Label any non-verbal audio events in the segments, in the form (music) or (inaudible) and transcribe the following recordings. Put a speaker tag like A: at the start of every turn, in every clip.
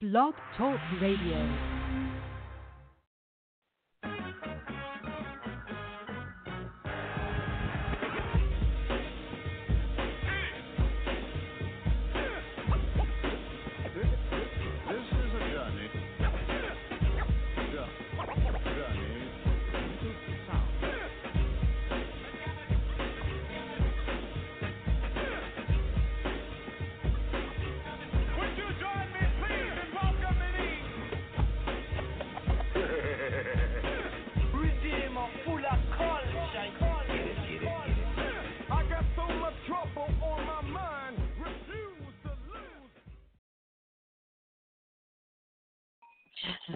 A: Blog Talk Radio.
B: This this is a journey. Jour- Journey to sound.
C: Would you join me, please, in welcoming in
D: Redeemer full of culture.
B: I got so much trouble on my mind. Refuse to lose.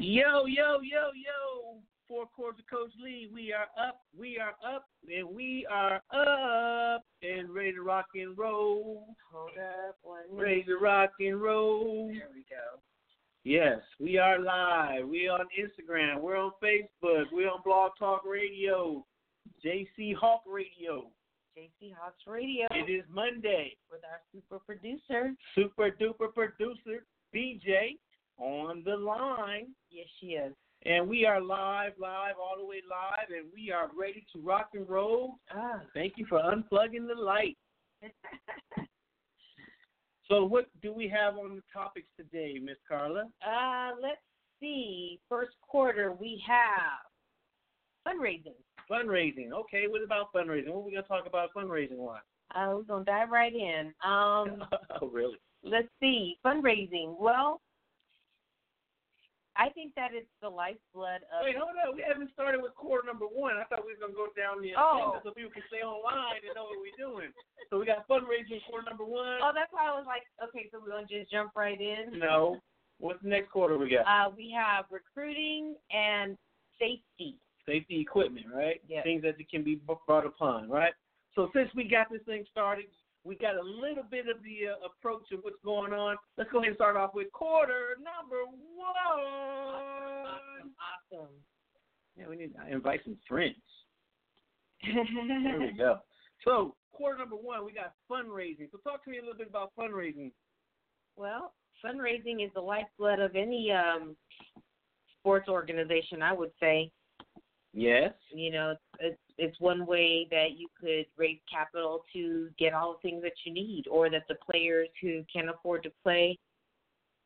D: Yo, yo, yo, yo. Four chords of Coach Lee. We are up, we are up, and we are up and ready to rock and roll.
E: Hold up one minute.
D: Ready to rock and roll.
E: There we go.
D: Yes, we are live. We're on Instagram. We're on Facebook. We're on Blog Talk Radio. JC Hawk Radio.
E: JC Hawks Radio
D: It is Monday.
E: with our super producer.
D: Super duper producer BJ on the line.
E: Yes, she is.
D: And we are live, live, all the way live, and we are ready to rock and roll.
E: Ah.
D: (laughs) Thank you for unplugging the light. So, what do we have on the topics today, Miss Carla?
E: Uh, let's see. First quarter, we have fundraising.
D: Fundraising. Okay, what about fundraising? What are we going to talk about fundraising wise?
E: Uh, we're going to dive right in. Um,
D: oh, really?
E: let's see. Fundraising. Well, I think that it's the lifeblood of.
D: Wait, hold on. We haven't started with quarter number one. I thought we was going to go down the
E: Oh.
D: agenda so people can stay online and know what we're doing. So, we got fundraising quarter number one.
E: Oh, that's why I was like, okay, so we're going to just jump right in.
D: No. What's the next quarter we got?
E: Uh, we have recruiting and safety.
D: safety equipment, right?
E: Yes.
D: Things that can be b- brought upon, right? So since we got this thing started, we got a little bit of the uh, approach of what's going on. Let's go ahead and start off with quarter number one.
E: Awesome. (laughs)
D: Yeah, we need to invite some friends. There we
E: awesome.
D: go. (laughs) So quarter number one, we got fundraising. So talk to me a little bit about fundraising.
E: well, fundraising is the lifeblood of any um, sports organization, I would say.
D: Yes.
E: you know it's it's one way that you could raise capital to get all the things that you need or that the players who can afford to play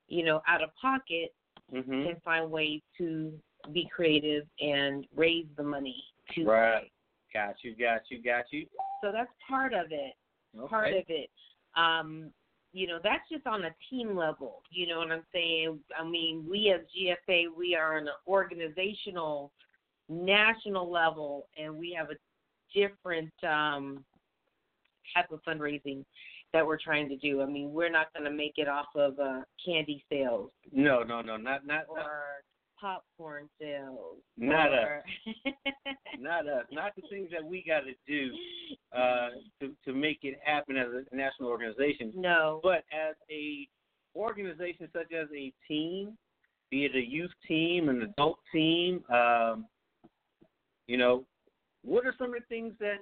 E: you know out of pocket
D: Mm-hmm.
E: can find ways to be creative and raise the money to
D: Right. Got you. Got you. Got you.
E: so that's part of it part
D: Okay.
E: of it. Um, you know, that's just on a team level. You know what I'm saying? I mean, we as GFA, we are on an organizational, national level, and we have a different um, type of fundraising that we're trying to do. I mean, we're not going to make it off of uh, candy sales
D: No, no, no, not not
E: or popcorn sales.
D: not us,
E: or- (laughs)
D: not us, not the things that we got to do. uh, to to make it happen as a national organization,
E: no.
D: but as a organization such as a team, be it a youth team, an adult team, um, you know, what are some of the things that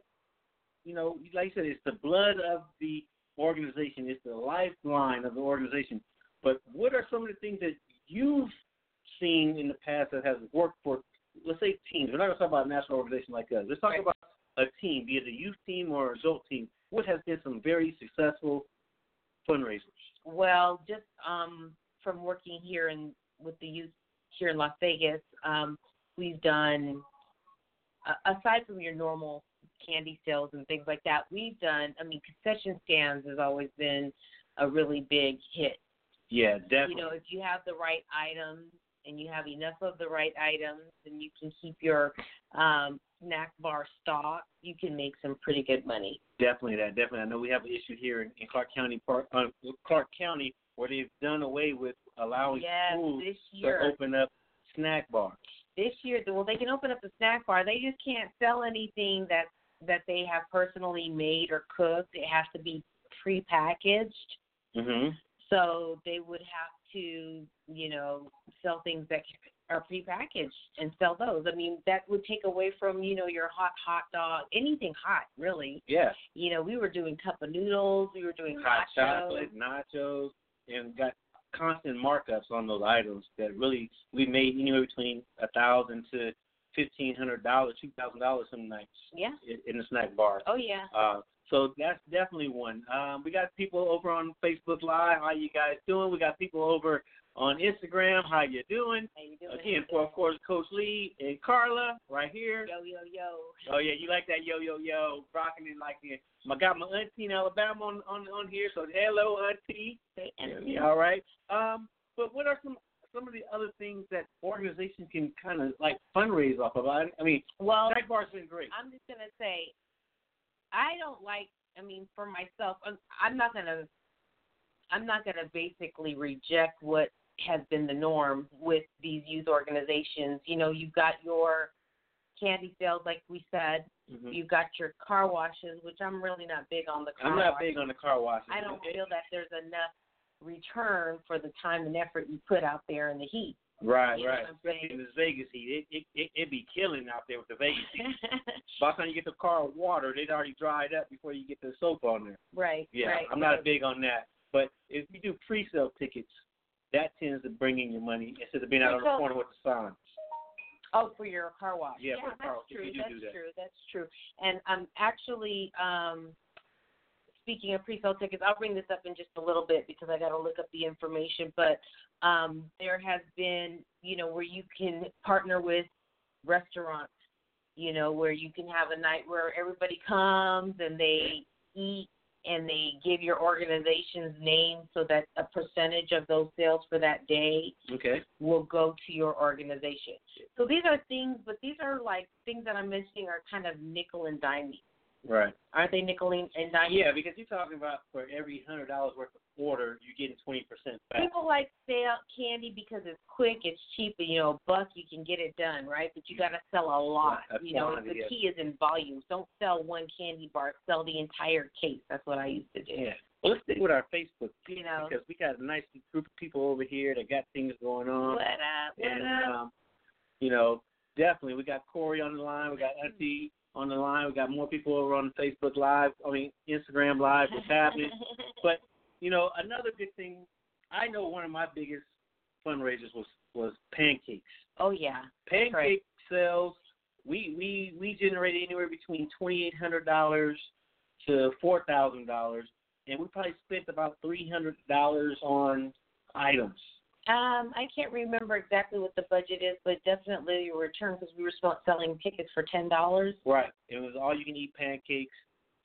D: you know, like I said, it's the blood of the organization, it's the lifeline of the organization. But what are some of the things that you've seen in the past that has worked for, let's say, teams? We're not going to talk about a national organization like us. Let's talk
E: Right.
D: about a team, be it a youth team or an adult team. What has been some very successful fundraisers?
E: Well, just um, from working here in with the youth here in Las Vegas, um, we've done a aside from your normal candy sales and things like that, we've done. I mean, concession stands has always been a really big hit.
D: Yeah, definitely.
E: You know, if you have the right items and you have enough of the right items, and you can keep your um, snack bar stocked, you can make some pretty good money.
D: Definitely that. Definitely. I know we have an issue here in, in Clark County, Park, uh, Clark County, where they've done away with allowing
E: Yes,
D: schools
E: this year.
D: to open up snack bars.
E: this year well they can open up the snack bar they just can't sell anything that that they have personally made or cooked it has to be prepackaged
D: hmm
E: so they would have to you know sell things that are prepackaged and sell those i mean that would take away from you know your hot hot dog anything hot really
D: Yeah.
E: you know we were doing cup of noodles we were doing
D: Hot
E: nachos
D: chocolate, nachos, and got constant markups on those items that really we made anywhere between a thousand to fifteen hundred dollars, two thousand dollars some nights
E: Yeah.
D: in, in the snack bar.
E: Oh yeah.
D: Uh, so that's definitely one. Um, we got people over on Facebook Live. How you guys doing? We got people over on Instagram. How you doing?
E: How you doing?
D: Again, for of course, Coach Lee and Carla right here.
E: Yo yo yo.
D: Oh yeah, you like that yo yo yo rocking it like the I got my auntie in Alabama on on, on here, so hello auntie.
E: And
D: All right. Um, but what are some some of the other things that organizations can kind of like fundraise off of? I, I mean,
E: Well,
D: Snack Bar's been great.
E: I'm just gonna say, I don't like. I mean, for myself, I'm, I'm not gonna. I'm not gonna basically reject what has been the norm with these youth organizations. You know, you've got your candy sales, like we said.
D: Mhm.
E: You've got your car washes, which I'm really not big on the car
D: I'm not
E: washes.
D: big on the car washes.
E: I don't feel that there's enough return for the time and effort you put out there in the heat.
D: Right,
E: You know
D: right.
E: what I'm
D: Especially
E: saying?
D: in the Vegas heat, it it it it be killing out there with the Vegas heat. (laughs) By the time you get the car water, they'd already dried up before you get the soap on there.
E: right.
D: Yeah,
E: right,
D: I'm not
E: right.
D: big on that. But if you do pre-sale tickets, that tends to bring in your money instead of being out on the
E: Pre-sale-
D: corner with the sign.
E: Oh, for your car wash.
D: Yeah, for the car wash,
E: that's true.
D: we do
E: That's
D: do that.
E: true. That's true. And um, actually, um, speaking of pre-sale tickets, I'll bring this up in just a little bit because I got to look up the information. But um, there has been, you know, where you can partner with restaurants, you know, where you can have a night where everybody comes and they eat and they give your organization's name so that a percentage of those sales for that day
D: Okay.
E: will go to your organization. So these are things, but these are like things that I'm mentioning are kind of nickel and dimey.
D: Right.
E: Aren't they nickel and and dimey?
D: Yeah, because you're talking about for every hundred dollars worth of order, you're getting twenty percent back.
E: People like sale candy because it's quick, it's cheap, and you know, a buck you can get it done, right? But you got to sell a lot.
D: That's
E: you know,
D: quantity,
E: the
D: yes.
E: key is in volumes. Don't sell one candy bar, sell the entire case. That's what I used to do.
D: Yeah. Well, let's stick with our Facebook
E: You know.
D: because we got a nice group of people over here that got things going on.
E: What up? What
D: and
E: up?
D: um, you know, definitely we got Corey on the line, we got Auntie on the line, we got more people over on Facebook Live, I mean Instagram Live. What's
E: (laughs)
D: happening? But you know, another good thing, I know one of my biggest fundraisers was was pancakes.
E: oh yeah.
D: Pancake
E: Right.
D: sales, we we we generated anywhere between twenty eight hundred dollars to four thousand dollars, and we probably spent about three hundred dollars on items.
E: Um, I can't remember exactly what the budget is, but definitely a return because we were sell- selling tickets for ten dollars.
D: Right. It was all you can eat pancakes,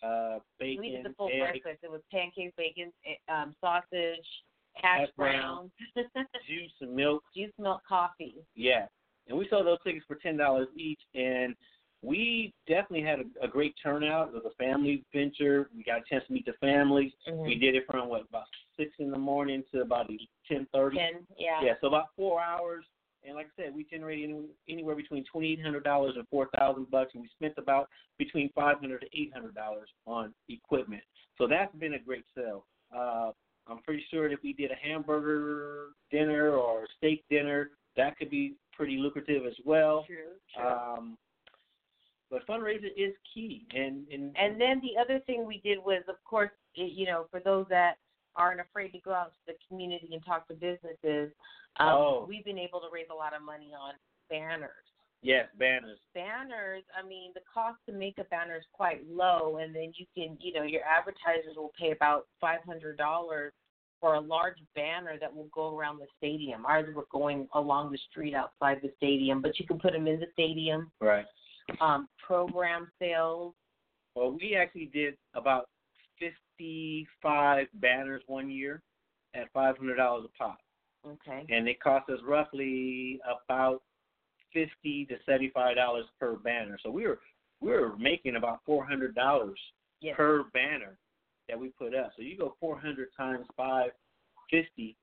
D: uh, bacon,
E: We did the full
D: egg.
E: breakfast. It was pancakes, bacon, eh, um, sausage, hash
D: Hash brown.
E: brown,
D: (laughs) juice and milk.
E: (laughs) juice, milk, coffee.
D: Yeah. And we sold those tickets for ten dollars each and we definitely had a, a great turnout. It was a family venture. We got a chance to meet the families. We
E: Mm-hmm.
D: did it from what, about six in the morning to about ten thirty.
E: Ten, yeah.
D: Yeah, so about four hours. And like I said, we generated any- anywhere between twenty eight hundred dollars and four thousand bucks, and we spent about between five hundred to eight hundred dollars on equipment. So that's been a great sale. Uh, I'm pretty sure that if we did a hamburger dinner or steak dinner, that could be pretty lucrative as well.
E: True,
D: Um, but fundraising is key, and and,
E: and then the other thing we did was, of course, eh, you know, for those that aren't afraid to go out to the community and talk to businesses, um,
D: Oh.
E: we've been able to raise a lot of money on banners.
D: yes, banners.
E: banners, I mean, the cost to make a banner is quite low, and then you can, you know, your advertisers will pay about five hundred dollars for a large banner that will go around the stadium. Ours were going along the street outside the stadium, but you can put them in the stadium.
D: Right.
E: Um, program sales.
D: Well, we actually did about 55 banners one year at $500 a pop.
E: Okay.
D: And it cost us roughly about 50 to $75 per banner. So we were we were making about $400
E: Yes.
D: per banner that we put up. So you go 400 times 550,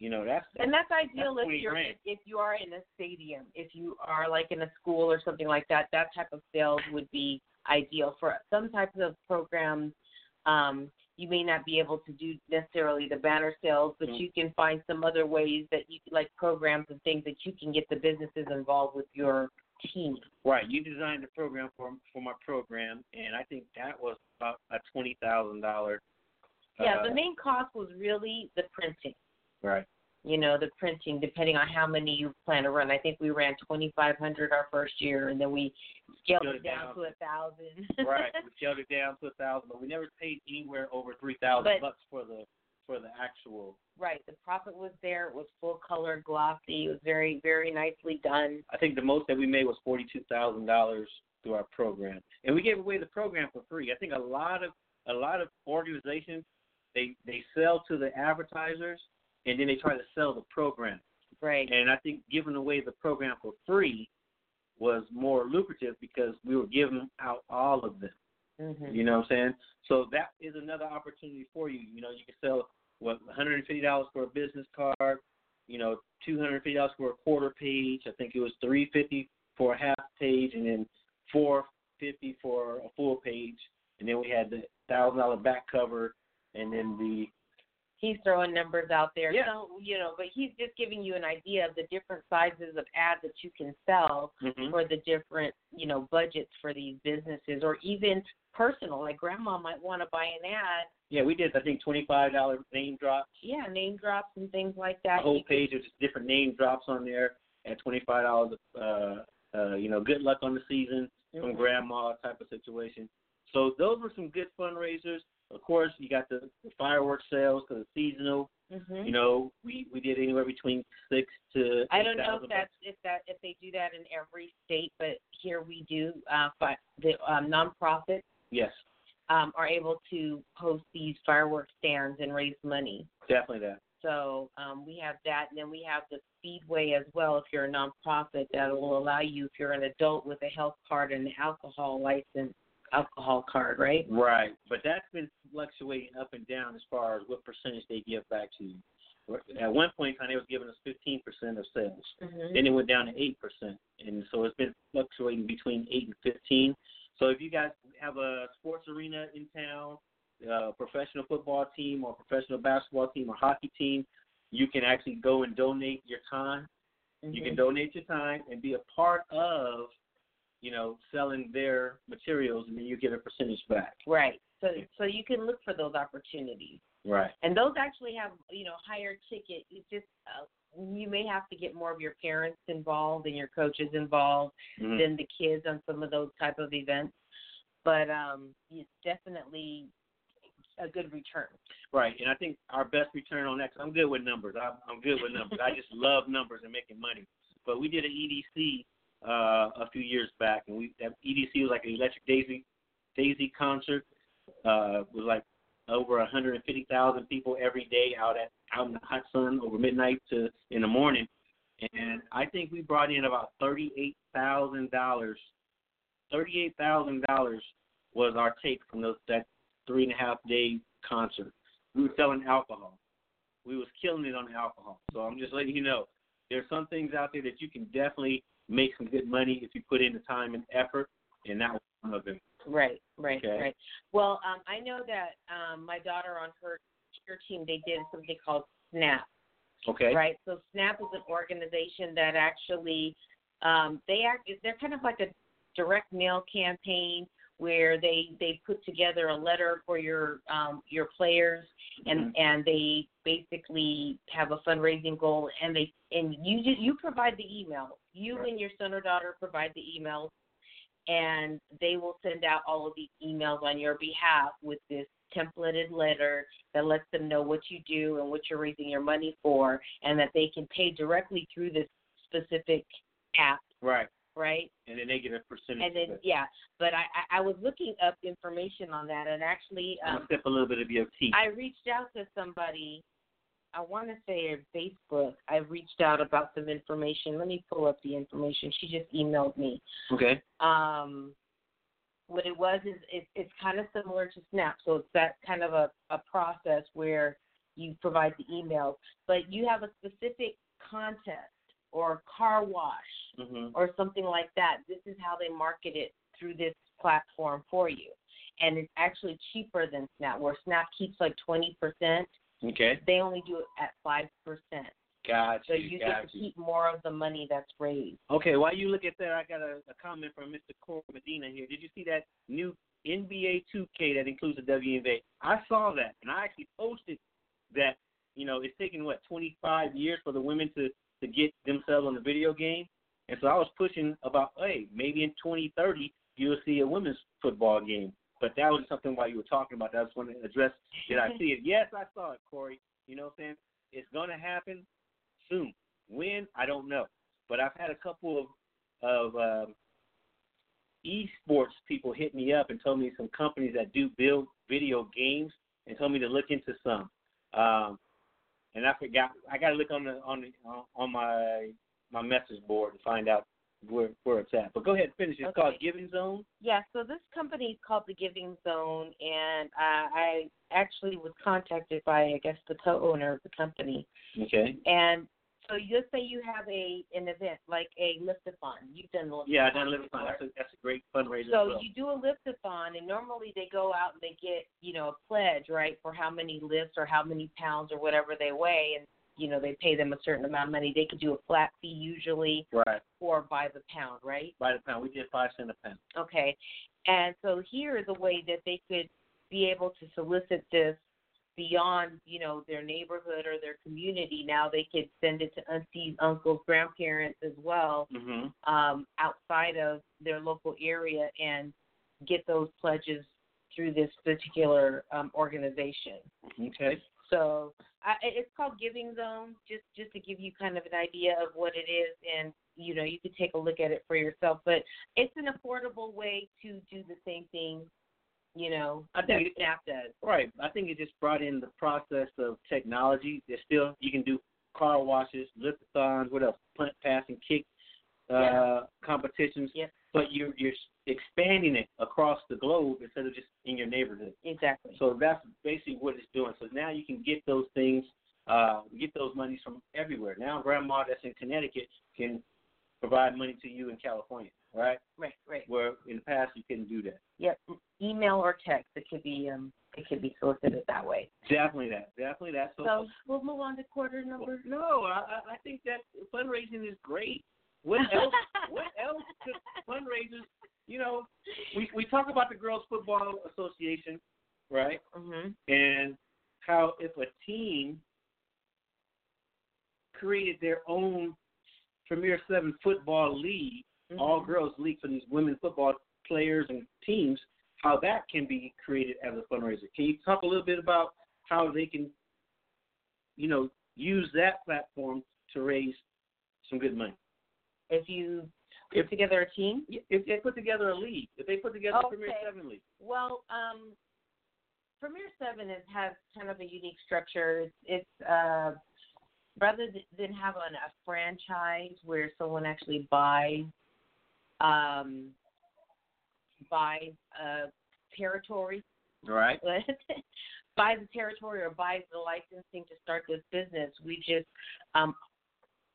D: you know, that's
E: And that's ideal
D: That's
E: if
D: 20
E: you're
D: grand.
E: if you are in a stadium, if you are like in a school or something like that. That type of sales would be ideal for some types of programs. Um, you may not be able to do necessarily the banner sales, but
D: Mhm.
E: you can find some other ways that you like programs and things that you can get the businesses involved with your team.
D: right. You designed the program for for my program and I think that was about a $20,000
E: Yeah,
D: uh,
E: the main cost was really the printing.
D: right.
E: you know, the printing, depending on how many you plan to run. I think we ran 2,500 our first year, and then we scaled
D: Scaled
E: it
D: it
E: down
D: down.
E: to a (laughs) 1,000.
D: right. We scaled it down to a thousand, but we never paid anywhere over three thousand
E: But-
D: bucks for the for the actual.
E: right. The profit was there. It was full color, glossy. It was very, very nicely done.
D: I think the most that we made was forty two thousand dollars through our program, and we gave away the program for free. I think a lot of a lot of organizations they they sell to the advertisers and then they try to sell the program.
E: Right.
D: And I think giving away the program for free was more lucrative because we were giving out all of them.
E: hmm
D: You know what I'm saying? So that is another opportunity for you. You know, you can sell what $150 for a business card, you know, $250 for a quarter page. I think it was 350 for a half page, and then 450 for a full page. And then we had the thousand dollar back cover, and then the
E: He's throwing numbers out there.
D: Yeah.
E: So, you know, but he's just giving you an idea of the different sizes of ads that you can sell.
D: Mm-hmm.
E: for the different you know budgets for these businesses or even personal like grandma might want to buy an ad
D: yeah, we did I think $25 name drops.
E: yeah name drops and things like
D: a
E: that
D: whole page of just different name drops on there at twenty five dollars. Uh, uh, you know, good luck on the season from
E: Mhm.
D: grandma type of situation. So those were some good fundraisers. Of course, you got the, the fireworks sales because it's seasonal.
E: hmm
D: You know, we we did anywhere between six to.
E: I don't know
D: 8,000
E: if that's if that if they do that in every state, but here we do. Uh, but the um, nonprofits
D: bucks. Yes,
E: um, are able to host these fireworks stands and raise money.
D: definitely that.
E: So um, we have that, and then we have the Speedway as well. If you're a nonprofit, that will allow you, if you're an adult with a health card and an alcohol license, alcohol card, right?
D: Right, but that's been fluctuating up and down as far as what percentage they give back to you. At one point in time, they was giving us fifteen percent of sales.
E: Mm-hmm.
D: Then it went down to eight percent, and so it's been fluctuating between eight and fifteen. So if you guys have a sports arena in town, a professional football team, or professional basketball team, or hockey team, you can actually go and donate your time. You
E: Mm-hmm.
D: can donate your time and be a part of, you know, selling their materials, and then you get a percentage back.
E: Right. So so you can look for those opportunities,
D: Right.
E: and those actually have you know higher ticket. It's just uh, you may have to get more of your parents involved and your coaches involved than the kids on some of those type of events, but um, it's definitely a good return.
D: Right, and I think our best return on that. i I'm good with numbers. I'm, I'm good with numbers. I just love numbers and making money. But we did an EDC uh, a few years back, and we that EDC was like an Electric Daisy Daisy concert. Uh, was like over 150,000 people every day out at out in the hot sun over midnight to in the morning, and I think we brought in about thirty-eight thousand dollars. Thirty-eight thousand dollars was our take from those that three and a half day concert. We were selling alcohol. We was killing it on alcohol. So I'm just letting you know, there's some things out there that you can definitely make some good money if you put in the time and effort, and that was one of them.
E: Right, right,
D: Okay.
E: right. Well, um, I know that um, my daughter on her cheer team they did something called Snap.
D: Okay.
E: Right. So SNAP is an organization that actually um, they act. They're kind of like a direct mail campaign where they they put together a letter for your um, your players and and they basically have a fundraising goal and they and you ju- you provide the email. You
D: Right.
E: and your son or daughter provide the emails and they will send out all of these emails on your behalf with this templated letter that lets them know what you do and what you're raising your money for and that they can pay directly through this specific app,
D: Right.
E: right?
D: And then they get a percentage.
E: And
D: of
E: then
D: it.
E: yeah, but I I- I was looking up information on that and actually
D: I'm (clears throat)
E: um
D: gonna sip a little bit of your tea.
E: I reached out to somebody. I want to say on Facebook. I reached out about some information. Let me pull up the information. She just emailed me.
D: okay.
E: Um, what it was is it, it's kind of similar to Snap. So it's that kind of a, a process where you provide the emails, but you have a specific contest or car wash
D: Mhm.
E: or something like that. This is how they market it through this platform for you. And it's actually cheaper than Snap, where Snap keeps like 20%.
D: Okay.
E: They only do it at 5%.
D: Gotcha.
E: So you get to
D: gotcha.
E: keep more of the money that's raised.
D: Okay. While you look at that, I got a, a comment from Mr. Cor Medina here. Did you see that new NBA 2K that includes the WNBA? I saw that, and I actually posted that you know, it's taken what 25 years for the women to to get themselves on the video game, and so I was pushing about, hey, maybe in 2030 you'll see a women's football game. But that was something while you were talking about. That I just want to address. Did I see it? Yes, I saw it, Corey. You know what I'm saying? It's gonna happen soon. When I don't know, but I've had a couple of of um, esports people hit me up and told me some companies that do build video games and told me to look into some. Um, and I forgot. I got to look on the on the on my my message board to find out where where it's at. But go ahead, and finish. It's
E: Okay.
D: called Giving Zone.
E: Yeah, so this company is called The Giving Zone, and uh, I actually was contacted by, I guess, the co-owner of the company.
D: Okay.
E: And so let's say you have a an event like a lift-a-thon. You've done lift-a-thon.
D: Yeah, I done live fun.
E: before.
D: That's a, that's a great fundraiser. as
E: So
D: well.
E: you do a lift-a-thon, and normally they go out and they get you know a pledge, right, for how many lifts or how many pounds or whatever they weigh, and you know they pay them a certain amount of money. They could do a flat fee usually,
D: right
E: or by the pound, right?
D: by the pound. We did five cent a pound.
E: Okay. And so here is a way that they could be able to solicit this beyond, you know, their neighborhood or their community. Now they could send it to aunties, uncles, grandparents as well,
D: Mm-hmm.
E: um, outside of their local area and get those pledges through this particular um, organization.
D: Okay.
E: So I, it- it's called Giving Zone, just just to give you kind of an idea of what it is, and you know you could take a look at it for yourself. But it's an affordable way to do the same thing, you know,
D: I
E: that
D: think it-
E: Snap does.
D: Right. I think it just brought in the process of technology. There's still you can do car washes, lift-a-thons, what else? Punt, pass, and kick uh,
E: Yeah.
D: competitions.
E: Yep.
D: But you're you're expanding it across the globe instead of just in your neighborhood.
E: Exactly.
D: So that's basically what it's doing. So now you can get those things, uh, get those monies from everywhere. Now grandma that's in Connecticut can provide money to you in California, right?
E: right, right.
D: Where in the past you couldn't do that.
E: Yep. Email or text. It could be um it could be solicited that way.
D: Definitely that. Definitely that. So,
E: So we'll move on to quarter
D: Well,
E: (laughs) number.
D: no, I, I- I think that fundraising is great. (laughs) What else? what else could fundraisers? You know, we we talk about the Girls Football Association, right?
E: Mhm.
D: and how if a team created their own Premier Seven football league,
E: Mhm.
D: all girls league for these women football players and teams, how that can be created as a fundraiser. Can you talk a little bit about how they can, you know, use that platform to raise some good money?
E: If you put together a team.
D: If they put together a league, if they put together a Premier
E: Okay.
D: Seven league,
E: Well, um, Premier Seven is, has kind of a unique structure. It's, it's uh, rather th- than having a franchise where someone actually buys um, buys a territory,
D: right?
E: (laughs) buys the territory or buys the licensing to start this business. We just um,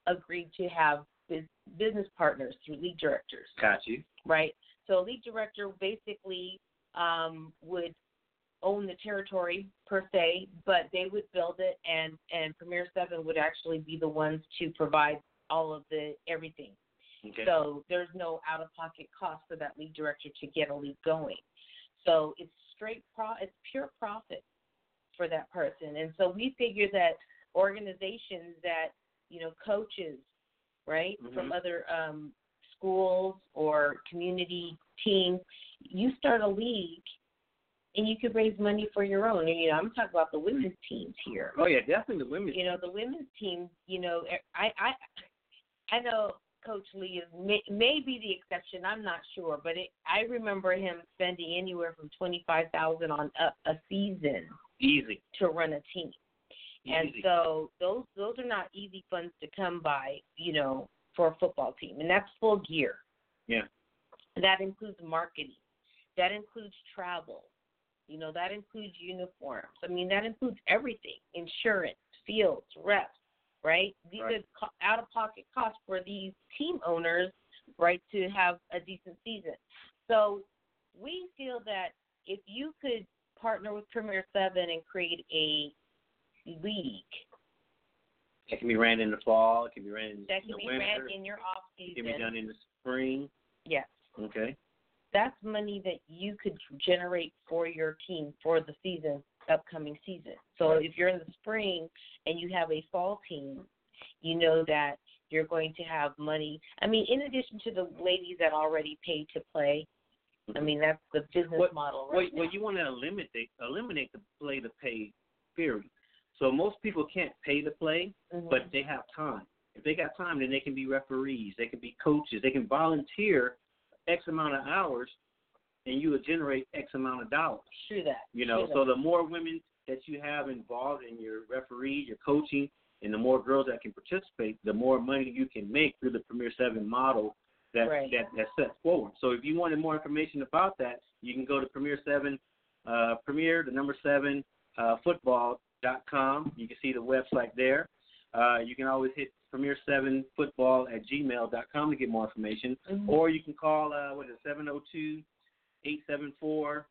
E: agreed to have bus- business partners through league directors
D: Got you.
E: right? So a league director basically um, would own the territory per se, but they would build it, and and Premier Seven would actually be the ones to provide all of the everything.
D: Okay.
E: So there's no out of pocket cost for that league director to get a league going. So it's straight pro it's pure profit for that person. And so we figure that organizations that, you know, coaches, right, from
D: Mhm.
E: other um schools or community teams, you start a league and you could raise money for your own. And you know, I'm talking about the women's teams here
D: oh yeah, definitely the women.
E: you know the women's team you know e, i i i know coach lee is may, may be the exception i'm not sure but it, i remember him spending anywhere from 25,000 on up a season
D: Easy.
E: to run a team and
D: Easy.
E: so those those are not easy funds to come by you know for a football team and that's full gear
D: Yeah.
E: that includes marketing that includes travel you know that includes uniforms i mean that includes everything insurance fields reps right these
D: Right.
E: are out of pocket costs for these team owners right to have a decent season so we feel that if you could partner with premier seven and create a league
D: It can be ran in the fall. It can be ran in
E: that
D: the
E: can be
D: winter.
E: ran in your off
D: it can be
E: season
D: done in the spring.
E: yes
D: Okay.
E: that's money that you could generate for your team for the season upcoming season. So if you're in the spring and you have a fall team, you know that you're going to have money. I mean, in addition to the ladies that already pay to play, I mean that's the business
D: Mm-hmm. What-
E: model,
D: Well,
E: right?
D: well, you want to eliminate eliminate the play to pay period. So most people can't pay to play,
E: now. Mhm.
D: but they have time. If they got time, then they can be referees, they can be coaches, they can volunteer X amount of hours, and you will generate X amount of dollars.
E: true that.
D: You know,
E: true
D: so
E: that.
D: the more women that you have involved in your referee, your coaching, and the more girls that can participate, the more money you can make through the Premier Seven model that
E: Right.
D: that that's set forward. So if you wanted more information about that, you can go to Premier Seven, uh, Premier the number seven uh, football dot com. You can see the website there. Uh, you can always hit Premier Seven Football at gmail dot com to get more information
E: Mhm.
D: or you can call uh what is it seven zero two eight seven four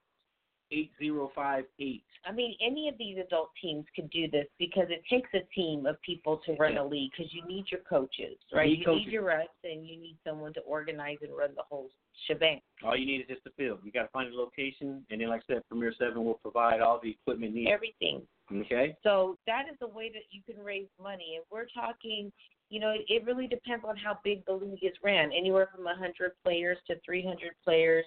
D: eight zero five eight.
E: I mean, any of these adult teams could do this because it takes a team of people to run
D: Yeah.
E: a league because you need your coaches, right?
D: need
E: you
D: coaches.
E: need your reps, and you need someone to organize and run the whole shebang.
D: All you need is just a field. You got to find a location, and then, like I said, Premier Seven will provide all the equipment needed.
E: Everything.
D: Okay.
E: So that is the way that you can raise money, and we're talking. You know, it, it really depends on how big the league is ran. Anywhere from 100 players to 300 players,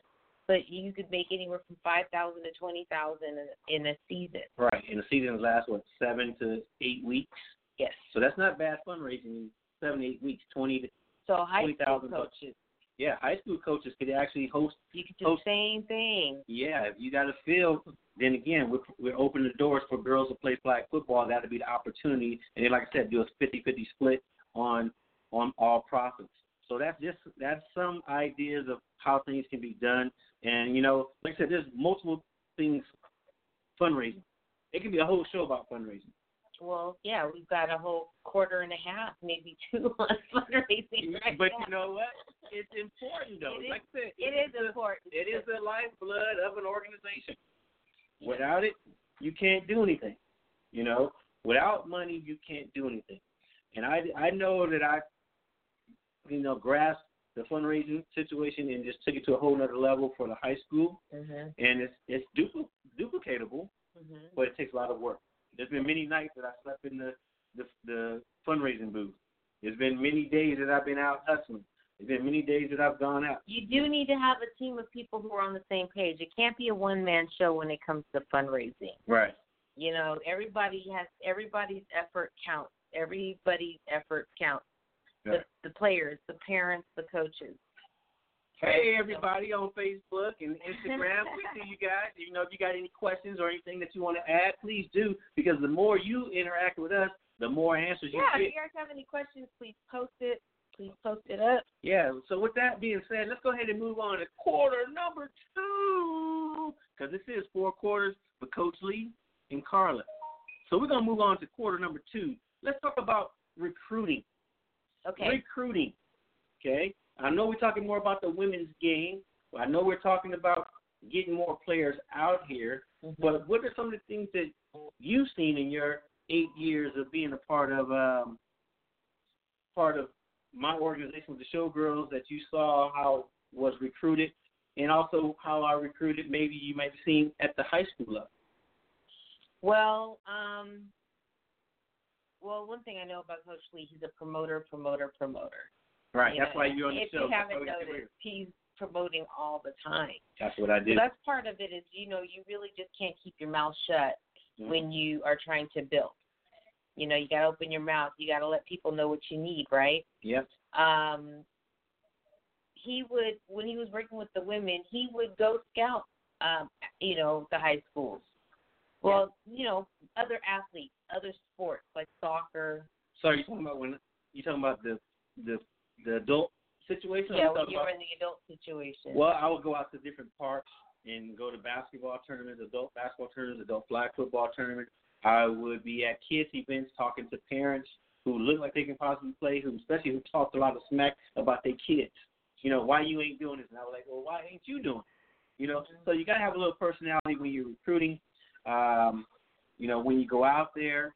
E: but you could make anywhere from 5,000 to 20,000 in, in a season.
D: Right. And the season lasts what seven to eight weeks.
E: Yes.
D: So that's not bad fundraising. Seven eight weeks, twenty. To,
E: So high school
D: 20,000 bucks.
E: coaches,
D: yeah, high school coaches could actually host.
E: you could do the
D: Coach-
E: same thing.
D: Yeah, if you got a field, then again, we're we're opening the doors for girls to play flag football. That'd be the opportunity. And then, like I said, do a fifty-fifty split on on all profits. So that's just that's some ideas of how things can be done. And you know, like I said, there's multiple things fundraising. It can be a whole show about fundraising.
E: Well, yeah, we've got a whole quarter and a half, maybe (laughs) two on fundraising
D: Mm-hmm.
E: right
D: but
E: now.
D: you know what? It's important though.
E: It is-
D: like I said,
E: it is important.
D: it is the lifeblood of an organization. Without it, you can't do anything. You know, without money, you can't do anything. And I I know that I, you know, grasped the fundraising situation and just took it to a whole nother level for the high school.
E: Mhm,
D: And it's it's dupl- duplicatable,
E: mhm.
D: but it takes a lot of work. There's been many nights that I slept in the the, the fundraising booth. There's been many days that I've been out hustling. There's been many days that I've gone out.
E: You do need to have a team of people who are on the same page. It can't be a one man show when it comes to fundraising.
D: Right.
E: You know, everybody has everybody's effort counts. Everybody's effort counts.
D: Yeah.
E: The, the players, the parents, the coaches.
D: Hey everybody on Facebook and Instagram, we see you guys. You know, if you got any questions or anything that you want to add, please do because the more you interact with us, the more answers you
E: Yeah, if
D: get.
E: you guys have any questions, please post it. Please post it up.
D: Yeah. So with that being said, let's go ahead and move on to quarter number two because this is four quarters with Coach Lee and Carla. So we're gonna move on to quarter number two. Let's talk about recruiting.
E: Okay.
D: recruiting. Okay, I know we're talking more about the women's game. I know we're talking about getting more players out here.
E: Mm-hmm.
D: But what are some of the things that you've seen in your eight years of being a part of um, part of my organization, the Showgirls, that you saw how it was recruited, and also how I recruited? Maybe you might have seen at the high school level.
E: Well, um, well, one thing I know about Coach Lee, he's a promoter, promoter, promoter.
D: Right.
E: You
D: That's
E: know,
D: why you're on the
E: if
D: show.
E: you
D: That's why
E: haven't
D: we got you
E: noticed,
D: here.
E: he's promoting all the time.
D: That's what I
E: So
D: did.
E: that's part of it. Is you know you really just can't keep your mouth shut
D: Mhm.
E: when you are trying to build. You know you got to open your mouth. You got to let people know what you need, right?
D: Yep.
E: um, he would when he was working with the women, he would go scout, um, you know, the high schools. Well, you know, other athletes, other sports like soccer.
D: So you talking about when you talking about the the the adult situation? or
E: Yeah,
D: you
E: when
D: talking
E: you were
D: about-
E: in the adult situation.
D: well, I would go out to different parks and go to basketball tournaments, adult basketball tournaments, adult flag football tournaments. I would be at kids events talking to parents who look like they can possibly play, who especially who talked a lot of smack about their kids. You know, why you ain't doing this? And I was like, well, why ain't you doing it? You know, so you gotta have a little personality when you're recruiting. Um, you know, when you go out there,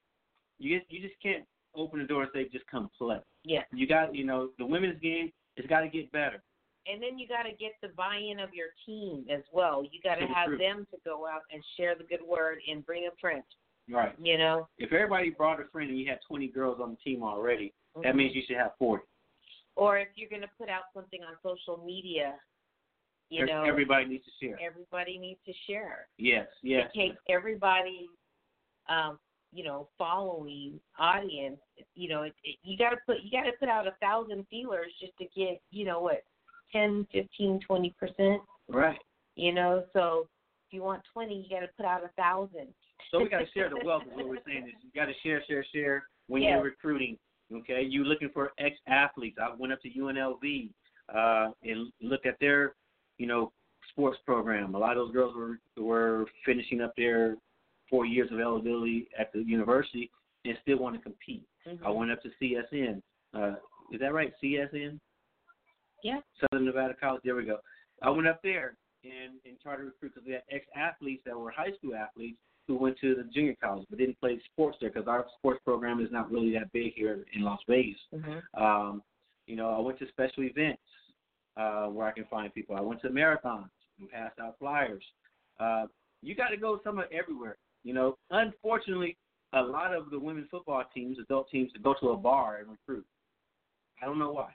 D: you just, you just can't open the door and say just come play
E: yeah,
D: you got you know the women's game has got to get better.
E: and then you got to get the buy-in of your team as well. You got to
D: That's
E: have
D: true.
E: them to go out and share the good word and bring a friend.
D: Right.
E: You know,
D: If everybody brought a friend and you had 20 girls on the team already,
E: Mm-hmm.
D: that means you should have 40.
E: or if you're going to put out something on social media, you
D: Ev-
E: know,
D: everybody needs to share.
E: everybody needs to share.
D: Yes, yes.
E: It takes everybody, um, you know, following audience. You know, it, it, you got to put you got to put out a thousand feelers just to get you know what, ten, fifteen, twenty percent.
D: Right.
E: You know, so if you want twenty, you got to put out a thousand.
D: So we got to share the wealth. Is what we're saying
E: (laughs)
D: is you got to share, share, share when
E: Yeah.
D: you're recruiting. Okay, you looking for ex athletes. I went up to UNLV uh, and looked at their, you know, sports program. A lot of those girls were were finishing up their four years of eligibility at the university and still want to compete. I
E: Mm-hmm.
D: went up to CSN. Uh, is that right? CSN.
E: Yeah.
D: Southern Nevada College. There we go. I went up there and and tried to recruit because we had ex athletes that were high school athletes who went to the junior college but didn't play sports there because our sports program is not really that big here in Las Vegas.
E: Mm-hmm.
D: Um, you know, I went to special events uh, where I can find people. I went to marathons and passed out flyers. Uh, you got to go somewhere everywhere. You know, unfortunately, a lot of the women's football teams, adult teams, go to a bar and recruit. I don't know why.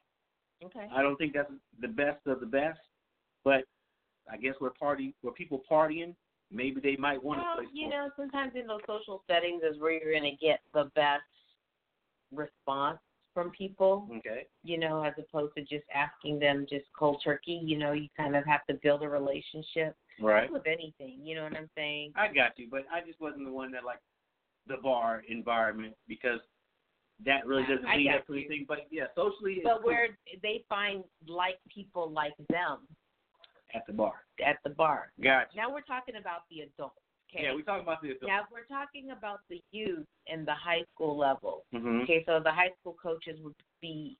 E: Okay.
D: I don't think that's the best of the best, but I guess we're party where people partying, maybe they might want to
E: Well,
D: play
E: you
D: sports.
E: know, sometimes in those social settings is where you're going to get the best response from people.
D: Okay.
E: You know, as opposed to just asking them just cold turkey. You know, you kind of have to build a relationship
D: Right.
E: with anything. You know what I'm saying?
D: I got you, but I just wasn't the one that liked the bar environment because that really doesn't
E: I
D: mean
E: got
D: up to
E: you.
D: anything. But yeah, socially it's
E: But
D: cool
E: where they find like people like them
D: at the bar.
E: at the bar.
D: Got you.
E: Now we're talking about the adults. Okay.
D: Yeah, we talking about the adult.
E: now if we're talking about the youth and the high school level.
D: hmm
E: Okay, so the high school coaches would be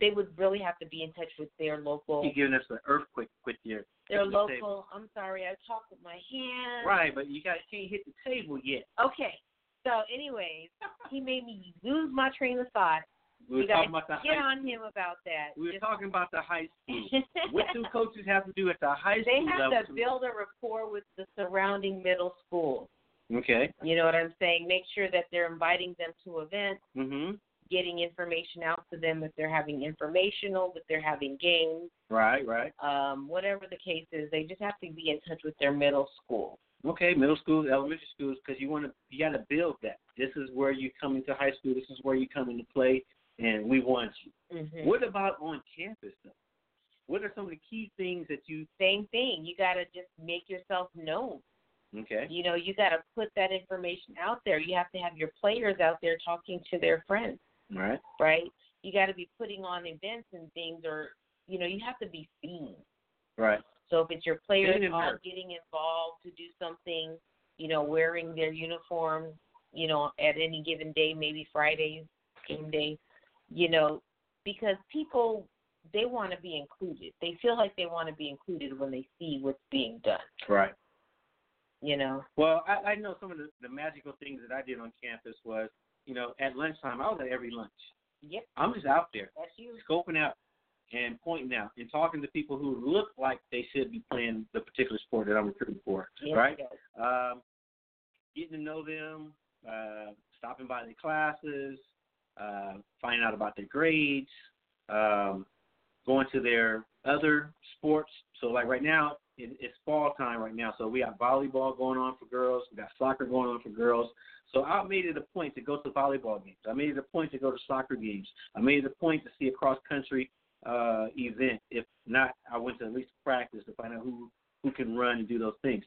E: they would really have to be in touch with their local
D: Keep giving us the earthquake with your
E: their
D: on the table.
E: local I'm sorry, I talk with my hand.
D: right, but you guys can't hit the table yet.
E: Okay. So
D: (laughs)
E: anyways, he made me lose my train of thought.
D: We were
E: you
D: talking
E: guys
D: about the
E: get
D: high
E: on him about that.
D: we were
E: Just-
D: talking about the high
E: (laughs)
D: school. what do coaches have to do at the high
E: they
D: school
E: have
D: level?
E: to build a rapport with the surrounding middle school.
D: Okay.
E: You know what I'm saying? Make sure that they're inviting them to events,
D: Mhm.
E: getting information out to them if they're having informational, if they're having games,
D: Right, right.
E: um, whatever the case is. They just have to be in touch with their middle school.
D: Okay, middle schools, elementary schools, because you want to, you got to build that. This is where you come into high school. This is where you come into play, and we want you.
E: Mm-hmm.
D: What about on campus though? What are some of the key things that you?
E: Same thing. You got to just make yourself known.
D: Okay.
E: You know, you got to put that information out there. You have to have your players out there talking to their friends.
D: All right.
E: right? You got to be putting on events and things, or you know, you have to be seen.
D: Right.
E: So if it's your players
D: Seen and
E: all
D: heard.
E: getting involved to do something, you know, wearing their uniforms, you know, at any given day, maybe Fridays, game day, you know, because people they want to be included. They feel like they want to be included when they see what's being done,
D: Right.
E: you know.
D: Well, I, I know some of the, the magical things that I did on campus was, you know, at lunchtime I was at every lunch.
E: Yep,
D: I'm just out there
E: that's you.
D: scoping out and pointing out and talking to people who look like they should be playing the particular sport that I'm recruiting for.
E: Yes,
D: right.
E: yes.
D: um, getting to know them, uh, stopping by their classes, uh, finding out about their grades, um, going to their other sports. So, like right now, it, it's fall time right now. So, we got volleyball going on for girls, we got soccer going on for girls. So, I made it a point to go to volleyball games, I made it a point to go to soccer games, I made it a point to see a cross country uh, event. If not, I went to at least practice to find out who. Who can run and do those things?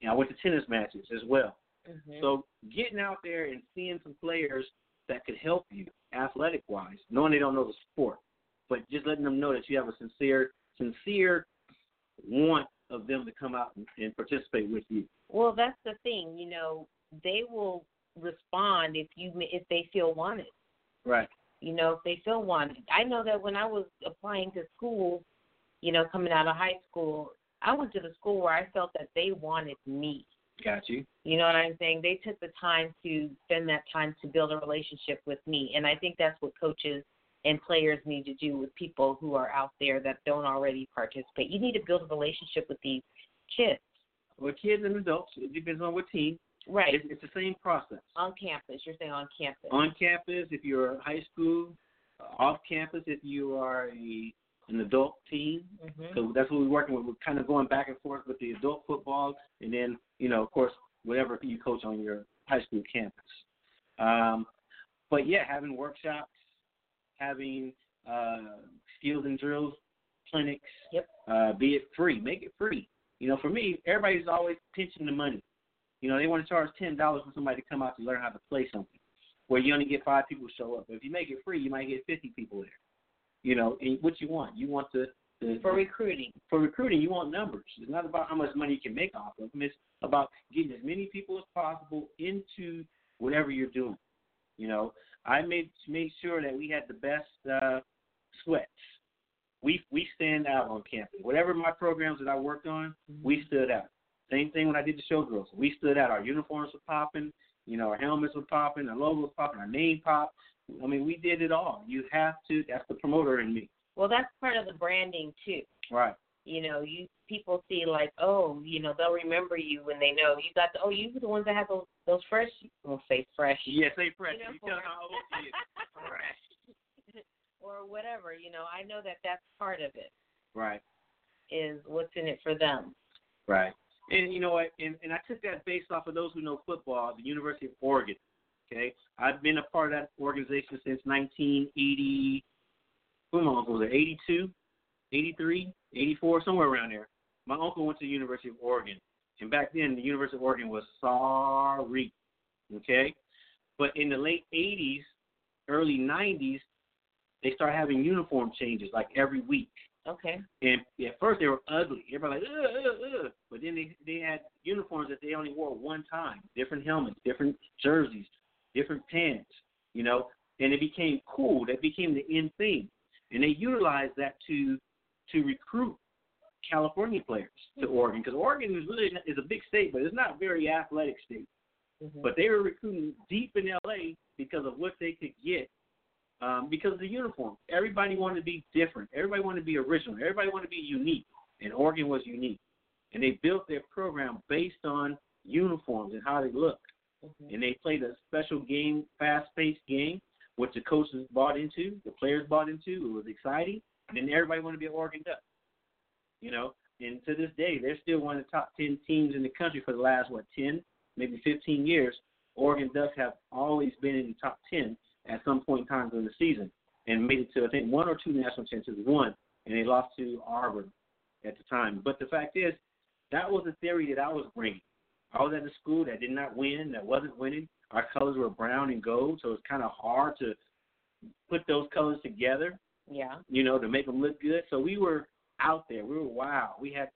D: and I went to tennis matches as well.
E: Mhm.
D: So getting out there and seeing some players that could help you athletic wise, knowing they don't know the sport, but just letting them know that you have a sincere, sincere want of them to come out and, and participate with you.
E: Well, that's the thing, you know, they will respond if you if they feel wanted.
D: Right.
E: You know, if they feel wanted. I know that when I was applying to school, you know, coming out of high school, I went to the school where I felt that they wanted me.
D: Got you.
E: You know what I'm saying? They took the time to spend that time to build a relationship with me, and I think that's what coaches and players need to do with people who are out there that don't already participate. You need to build a relationship with these kids.
D: With kids and adults, it depends on what team.
E: Right.
D: It's, it's the same process.
E: on campus. You're saying on campus.
D: On campus, if you're high school, uh, off campus, if you are a an adult team.
E: Mhm.
D: So that's what we're working with. We're kind of going back and forth with the adult football, and then you know, of course, whatever you coach on your high school campus. Um, but yeah, having workshops, having uh, skills and drills clinics.
E: Yep.
D: Uh, be it free, make it free. You know, for me, everybody's always pinching the money. You know, they want to charge ten dollars for somebody to come out to learn how to play something, where you only get five people show up. But if you make it free, you might get fifty people there. You know, and what you want, you want the, the
E: For recruiting.
D: Mm-hmm. for recruiting, you want numbers. It's not about how much money you can make off of them. It's about getting as many people as possible into whatever you're doing. You know, I made made sure that we had the best uh, sweats. We we stand out on campus. Whatever my programs that I worked on,
E: Mm-hmm.
D: we stood out. Same thing when I did the showgirls. We stood out. Our uniforms were popping. You know, our helmets were popping. Our logos popping. Our name popped. I mean, we did it all. You have to. That's the promoter in me.
E: Well, that's part of the branding too.
D: Right.
E: You know, you people see like, oh, you know, they'll remember you when they know you got the. Oh, you were the ones that had those those fresh. We'll say fresh.
D: Yeah, say fresh.
E: You know,
D: You tell
E: for-
D: how old she is.
E: (laughs) fresh. or whatever. You know, I know that that's part of it.
D: Right,
E: Is what's in it for them.
D: right. And you know what? And, and I took that based off of those who know football, the University of Oregon. Okay, I've been a part of that organization since 1980. Who my uncle was there? 82, 83, 84, somewhere around there. My uncle went to the University of Oregon, and back then the University of Oregon was sorry. Okay, but in the late 80s, early 90s, they started having uniform changes like every week.
E: Okay.
D: And at first they were ugly. Everybody like, ugh, ugh, ugh. But then they they had uniforms that they only wore one time. Different helmets, different jerseys, different pants. You know, and it became cool. That became the end thing. And they utilized that to to recruit California players to Oregon because Oregon is really is a big state, but it's not a very athletic state.
E: Mhm.
D: But they were recruiting deep in LA because of what they could get, um, because of the uniform. Everybody wanted to be different. Everybody wanted to be original. Everybody wanted to be unique. And Oregon was unique. And they built their program based on uniforms and how they look.
E: Mhm.
D: And they played a special game, fast paced game, which the coaches bought into, the players bought into. It was exciting. And everybody wanted to be an Oregon Duck. You know, and to this day, they're still one of the top 10 teams in the country for the last, what, 10? maybe 15 years, Oregon Ducks have always been in the top 10 at some point in time during the season and made it to, I think, one or two national championships, one, and they lost to Auburn at the time. But the fact is, that was the theory that I was bringing. I was at a school that did not win, that wasn't winning. Our colors were brown and gold, so it's kind of hard to put those colors together
E: Yeah.
D: you know, to make them look good. So we were out there. We were wild. We had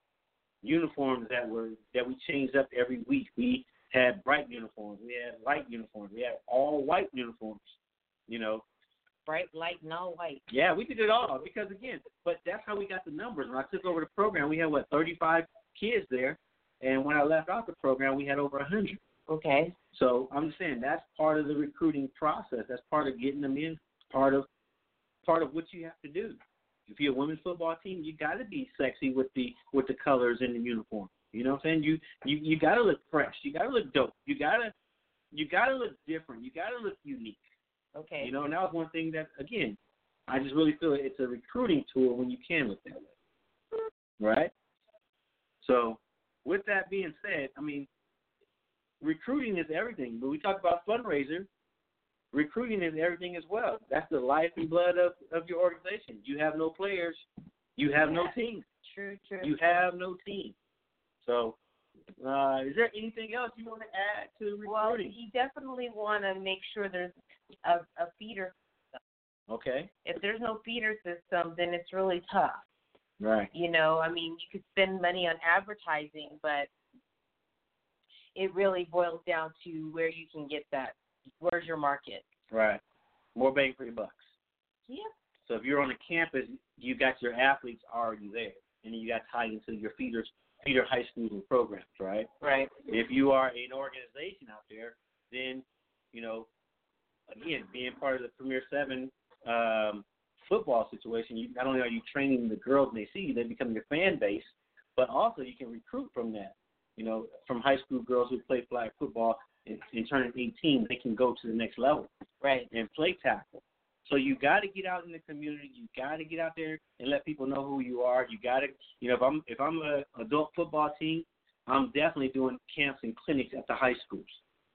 D: uniforms that were that we changed up every week. We had bright uniforms. We had light uniforms. We had all white uniforms. You know,
E: Bright light and all white.
D: yeah, we did it all because again, but that's how we got the numbers. When I took over the program, we had what 35 kids there, and when I left out the program, we had over 100.
E: Okay.
D: So I'm just saying that's part of the recruiting process. That's part of getting them in. Part of part of what you have to do. If you're a women's football team, you got to be sexy with the with the colors and the uniform. You know what I'm saying? You you you got to look fresh. You got to look dope. You gotta you gotta look different. You gotta look unique.
E: Okay.
D: You know, and that was one thing that again, I just really feel it's a recruiting tool when you can look that way. Right? So with that being said, I mean recruiting is everything. When we talk about fundraiser, recruiting is everything as well. That's the life and blood of, of your organization. You have no players, you have no team.
E: True. True.
D: You have no team. So uh, is there anything else you want to add to
E: Well,
D: recruiting?
E: you definitely want to make sure there's a, a feeder.
D: Okay.
E: If there's no feeder system, then it's really tough.
D: Right.
E: You know, I mean, you could spend money on advertising, but it really boils down to where you can get that. Where's your market?
D: Right. More bang for your bucks.
E: Yeah.
D: So if you're on a campus, you got your athletes already there, and you got tied into your feeders, feeder high school programs, right?
E: Right.
D: If you are an organization out there, then you know, again, being part of the Premier Seven um, football situation, you not only are you training the girls and they see you, they become your fan base, but also you can recruit from that. You know, from high school girls who play flag football and, and turn 18, they can go to the next level
E: Right.
D: and play tackle. So you got to get out in the community. You got to get out there and let people know who you are. You got to, you know, if I'm if I'm a adult football team, I'm definitely doing camps and clinics at the high schools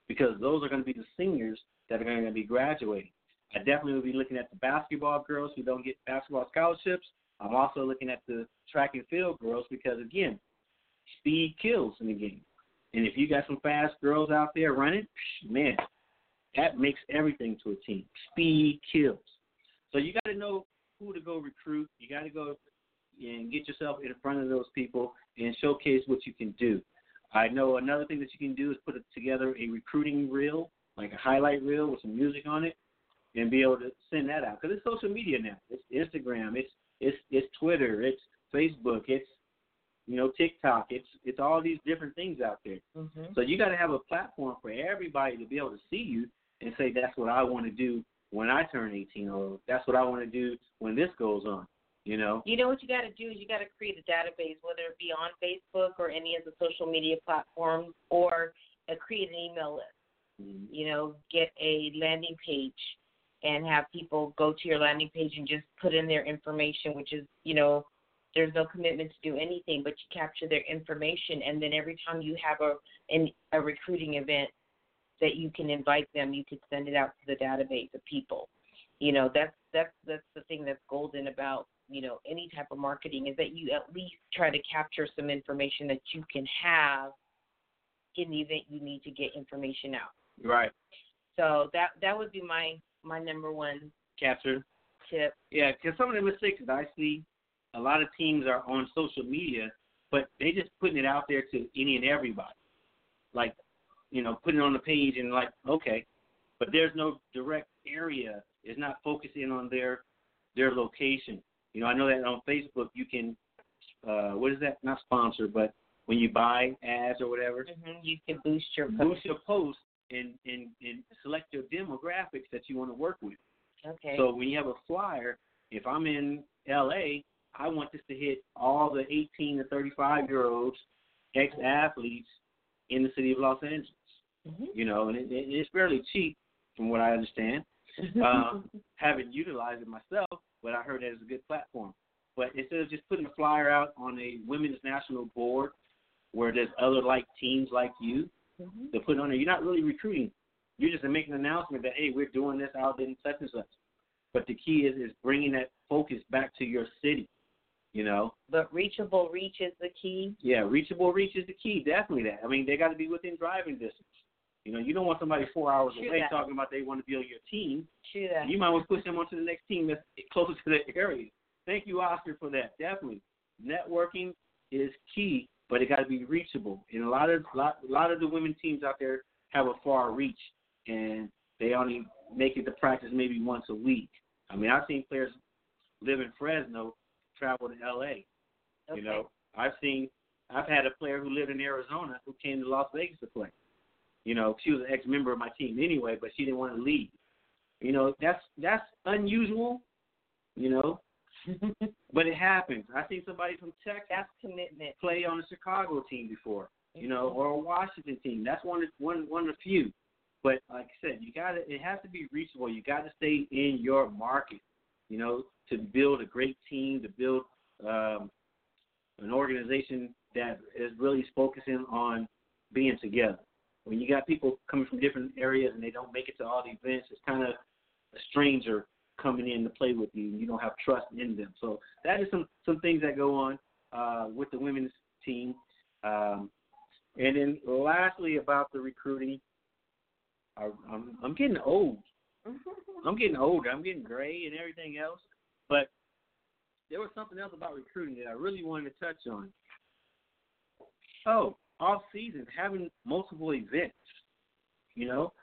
D: because those are going to be the seniors that are going to be graduating. I definitely will be looking at the basketball girls who don't get basketball scholarships. I'm also looking at the track and field girls because again, speed kills in the game. And if you got some fast girls out there running, psh, man, that makes everything to a team. Speed kills. So you got to know who to go recruit. You got to go and get yourself in front of those people and showcase what you can do. I know another thing that you can do is put together a recruiting reel, like a highlight reel with some music on it, and be able to send that out. Because it's social media now. It's Instagram. It's it's it's Twitter. It's Facebook. It's you know TikTok. It's it's all these different things out there.
E: Mm-hmm.
D: So you got to have a platform for everybody to be able to see you and say, that's what I want to do when I turn 18, or that's what I want to do when this goes on, you know?
E: You know what you got to do is you got to create a database, whether it be on Facebook or any of the social media platforms, or uh, create an email list. you know, get a landing page and have people go to your landing page and just put in their information, which is, you know, there's no commitment to do anything, but you capture their information, and then every time you have a an, a recruiting event that you can invite them, you could send it out to the database of people. You know, that's that's that's the thing that's golden about you know any type of marketing is that you at least try to capture some information that you can have in the event you need to get information out.
D: Right.
E: So that that would be my my number one
D: Capture.
E: tip.
D: Yeah, because some of the mistakes that I see, a lot of teams are on social media, but they just putting it out there to any and everybody. Like, you know, putting it on the page and like, okay, but there's no direct area. It's not focusing on their their location. You know, I know that on Facebook you can, uh, what is that? Not sponsor, but when you buy ads or whatever,
E: hmm You can boost your
D: boost your post and, and, and select your demographics that you want to work with.
E: Okay.
D: So when you have a flyer, if I'm in LA, I want this to hit all the 18 to 35 year olds, ex athletes in the city of Los Angeles.
E: Mhm.
D: You know, and it, it, it's fairly cheap from what I understand.
E: Mm-hmm. uh, (laughs)
D: Um, haven't utilized it myself, but I heard that it's a good platform. But instead of just putting a flyer out on a women's national board where there's other like teams like you,
E: Mhm.
D: to put on there. You're not really recruiting. You're just making an announcement that hey, we're doing this out in such and such. But the key is is bringing that focus back to your city. You know,
E: But reachable reach is the key.
D: yeah, reachable reach is the key. Definitely that. I mean, they got to be within driving distance. You know, you don't want somebody four hours
E: True
D: away
E: that.
D: talking about they want to be on your team.
E: True that.
D: You might want to push them onto the next team that's closer to their area. Thank you, Oscar, for that. Definitely, networking is key, but it got to be reachable. And a lot of lot, a lot of the women teams out there have a far reach, and they only make it to practice maybe once a week. I mean, I've seen players live in Fresno travel to L.A.
E: okay.
D: You know, I've seen, I've had a player who lived in Arizona who came to Las Vegas to play. You know, she was an ex-member of my team anyway, but she didn't want to leave. You know, that's that's unusual. You know, but it happens. I've seen somebody from Texas
E: That's commitment.
D: play on a Chicago team before. You know, or a Washington team. That's one one one of the few. But like I said, you got to it has to be reachable. You got to stay in your market. You know, to build a great team, to build um, an organization that is really focusing on being together. When you got people coming from different areas and they don't make it to all the events, it's kind of a stranger coming in to play with you, and you don't have trust in them. So that is some some things that go on uh, with the women's team. Um, and then lastly, about the recruiting, I, I'm, I'm getting old. I'm getting older. I'm getting gray and everything else. But there was something else about recruiting that I really wanted to touch on. Oh, off season, having multiple events. You know,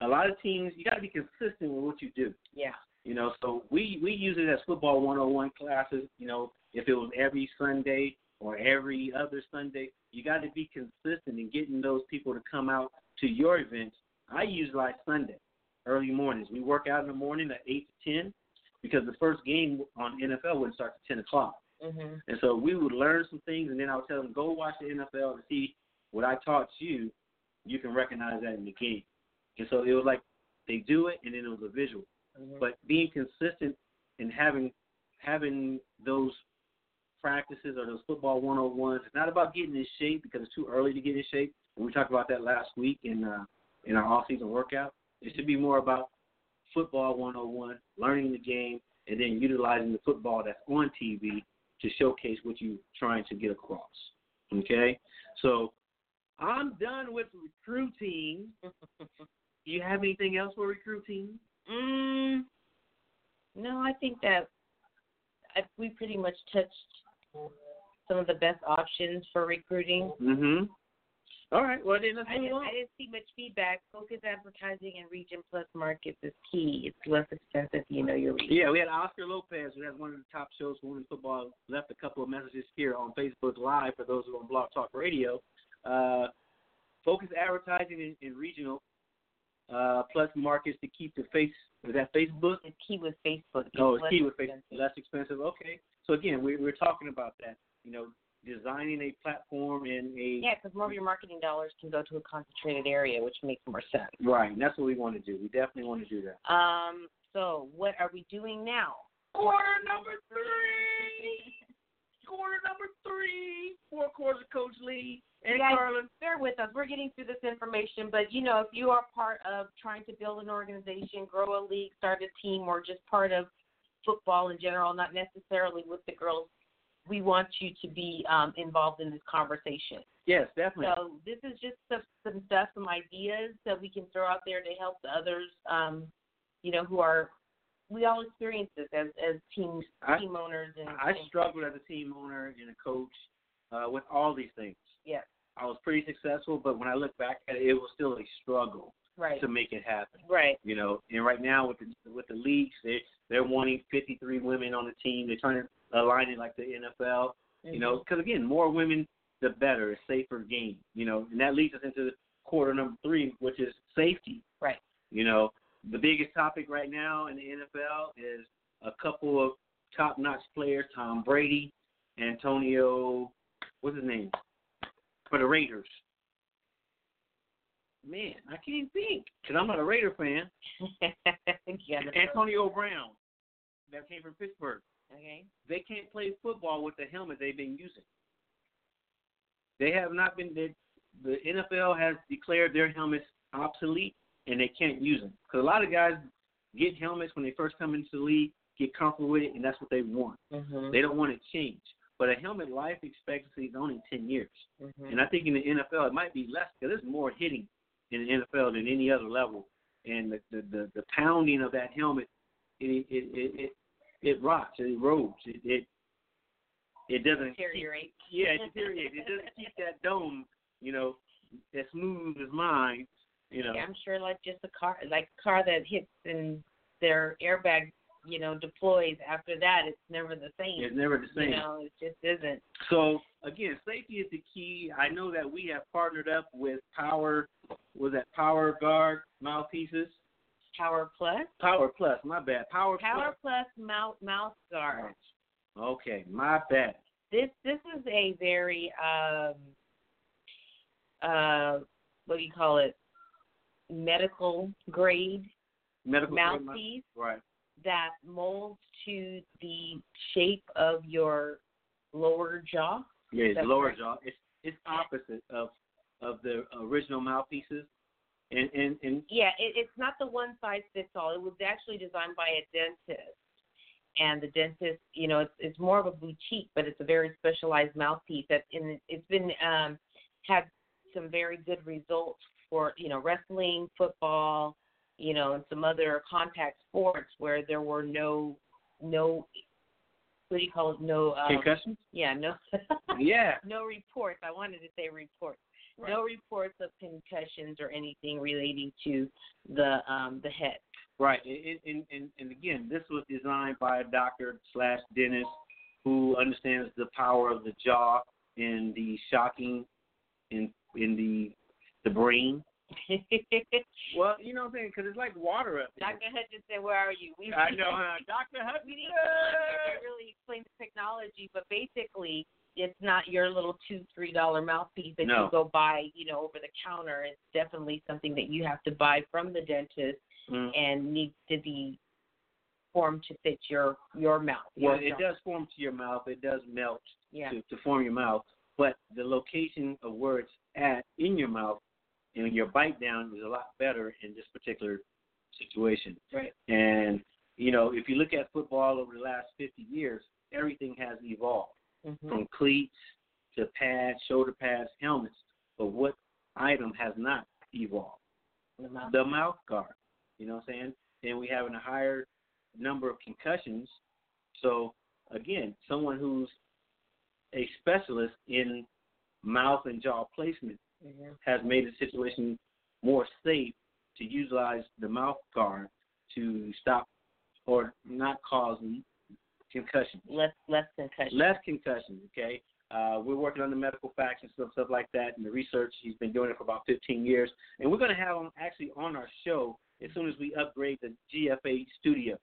D: a lot of teams, you got to be consistent with what you do.
E: Mm-hmm. Yeah.
D: You know, so we we use it as football 101 classes. You know, if it was every Sunday or every other Sunday, you got to be consistent in getting those people to come out to your events. I use like Sunday, early mornings. We work out in the morning at eight to ten, because the first game on NFL would start at 10 o'clock.
E: hmm
D: And so we would learn some things, and then I would tell them, go watch the NFL to see what I taught you. You can recognize that in the game. And so it was like they do it, and then it was a visual.
E: hmm
D: But being consistent and having having those practices or those football one on ones, it's not about getting in shape because it's too early to get in shape. And we talked about that last week in uh, in our off season workout. It should be more about football one on one, learning the game, and then utilizing the football that's on TV to showcase what you're trying to get across. Okay, so I'm done with recruiting. Do you have anything else for recruiting?
E: Mm, no, I think that I, we pretty much touched some of the best options for recruiting.
D: Mm-hmm. All right. Well, then let's
E: I,
D: move
E: didn't-
D: on.
E: I didn't see much feedback. Focus advertising and region plus markets is key. It's less expensive, you know, your region.
D: Yeah, we had Oscar Lopez, who has one of the top shows for women's football, left a couple of messages here on Facebook Live for those who are on Blog Talk Radio. Uh, focus advertising in, in regional uh, plus markets to keep the face. Is that Facebook?
E: The key was Facebook. It's
D: Oh, it's
E: less
D: key with Facebook.
E: expensive.
D: Less expensive. Okay. So again, we, we're talking about that. You know, designing a platform and a
E: Yeah, because more of your marketing dollars can go to a concentrated area, which makes more sense.
D: right. And that's what we want to do. We definitely want to do that.
E: Um, so what are we doing now?
D: Quarter number three. Quarter number three. Four quarters of Coach Lee
E: You guys, bear with us. We're getting through this information, but you know, if you are part of trying to build an organization, grow a league, start a team, or just part of football in general, not necessarily with the girls, we want you to be um, involved in this conversation.
D: Yes, definitely.
E: So this is just some, some stuff, some ideas that we can throw out there to help the others. Um, you know, who are we all experience this as as team
D: I-
E: team owners and,
D: I
E: and-
D: struggled as a team owner and a coach uh, with all these things.
E: Yes.
D: I was pretty successful, but when I look back at it, it was still a struggle
E: right,
D: to make it happen.
E: right,
D: You know, and right now with the with the leagues, they they're wanting 53 women on the team. They're trying to align it like the NFL. you know, because again, more women, the better, a safer game, you know, and that leads us into quarter number three, which is safety.
E: Right.
D: You know, the biggest topic right now in the NFL is a couple of top-notch players, Tom Brady, Antonio, what's his name, for the Raiders. Man, I can't think because I'm not a Raider fan.
E: Mm-hmm. (laughs) yeah,
D: Antonio Brown, that came from Pittsburgh
E: okay,
D: they can't play football with the helmet they've been using. They have not been. They, the NFL has declared their helmets obsolete, and they can't use them because a lot of guys get helmets when they first come into the league, get comfortable with it, and that's what they want.
E: mm-hmm.
D: They don't want to change. But a helmet life expectancy is only ten years,
E: Mm-hmm.
D: and I think in the NFL it might be less because there's more hitting in the NFL than any other level, and the the the, the pounding of that helmet, it it it it, it rots, it erodes, it it, it doesn't
E: deteriorate.
D: yeah, it deteriorates. It doesn't keep that dome, you know, as smooth as mine, you know.
E: Yeah, I'm sure, like just a car, like a car that hits and their airbag, you know, deploys. After that, it's never the same.
D: It's never the same.
E: You know, it just isn't.
D: So again, safety is the key. I know that we have partnered up with Power, was that Power Guard mouthpieces?
E: Power Plus,
D: Power Plus, my bad. Power,
E: Power Plus mouth mouth guard.
D: Plus. Okay, my bad.
E: This this is a very um uh what do you call it medical grade
D: Medical grade mouth-
E: mouthpiece
D: Right.
E: that molds to the shape of your lower jaw.
D: Yeah, it's
E: That's
D: lower
E: right.
D: jaw. It's it's opposite of of the original mouthpieces, and and and
E: Yeah, it, it's not the one size fits all. It was actually designed by a dentist, and the dentist, you know, it's it's more of a boutique, but it's a very specialized mouthpiece that, and it's been um, had some very good results for you know wrestling, football, you know, and some other contact sports where there were no no what do you call it? No, um, (laughs)
D: concussions.
E: yeah, no.
D: Yeah.
E: no reports. I wanted to say reports. No reports of concussions or anything relating to the um
D: (laughs)
E: the head.
D: Right, and and and, and again, this was designed by a doctor slash dentist who understands the power of the jaw and the shocking in in the the brain Well, you know what I'm saying? Because it's like water up here.
E: Dr. Hutchinson, where are you? We
D: I know, huh? Dr.
E: (laughs) we
D: Hudson.
E: need to really explain the technology, but basically, it's not your little two three dollar mouthpiece that
D: No.
E: you go buy, you know, over the counter. It's definitely something that you have to buy from the dentist
D: Mm.
E: and needs to be formed to fit your your mouth.
D: Well,
E: your
D: it
E: jaw.
D: does form to your mouth. It does melt
E: Yeah.
D: to, to form your mouth. But the location of where it's at in your mouth and your bite down is a lot better in this particular situation.
E: Right.
D: And, you know, if you look at football over the last 50 years, everything has evolved
E: Mhm.
D: from cleats to pads, shoulder pads, helmets. But what item has not evolved?
E: The mouth.
D: the mouth guard. You know what I'm saying? Then we having a higher number of concussions. So again, someone who's a specialist in mouth and jaw placement
E: Mhm.
D: has made the situation more safe to utilize the mouth guard to stop or not cause concussions
E: Less less concussion. (laughs)
D: less concussions. Okay, uh, we're working on the medical facts and stuff, stuff like that, and the research. He's been doing it for about 15 years, and we're going to have him actually on our show as soon as we upgrade the GFA studios.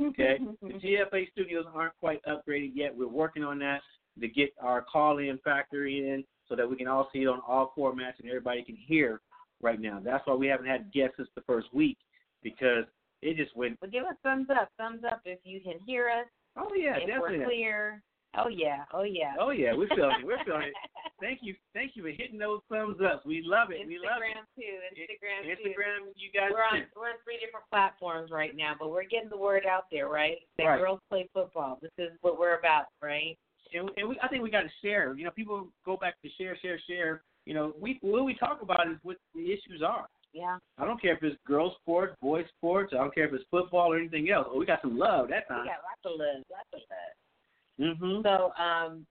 D: Okay, the
E: Mm-hmm.
D: GFA studios aren't quite upgraded yet. We're working on that to get our call-in factor in so that we can all see it on all formats and everybody can hear right now. That's why we haven't had guests since the first week because it just went.
E: But give us thumbs up, thumbs up if you can hear us,
D: Oh yeah,
E: if
D: definitely.
E: we're clear. Oh yeah, oh yeah.
D: Oh yeah, we're feeling it. We're feeling
E: (laughs)
D: it. Thank you, thank you for hitting those thumbs ups. We love it. We love it.
E: Instagram too. Instagram too.
D: Instagram, you guys
E: We're on
D: too.
E: we're on three different platforms right now, but we're getting the word out there, right? That
D: Right.
E: girls play football. This is what we're about, right?
D: and, and we, I think we got to share. You know, people go back to share, share, share. You know, we what we talk about is what the issues are.
E: Yeah.
D: I don't care if it's girls sports, boys sports. I don't care if it's football or anything else. Oh, we got some love that
E: We
D: time.
E: got lots of love, lots of love.
D: Mm-hmm.
E: So, um,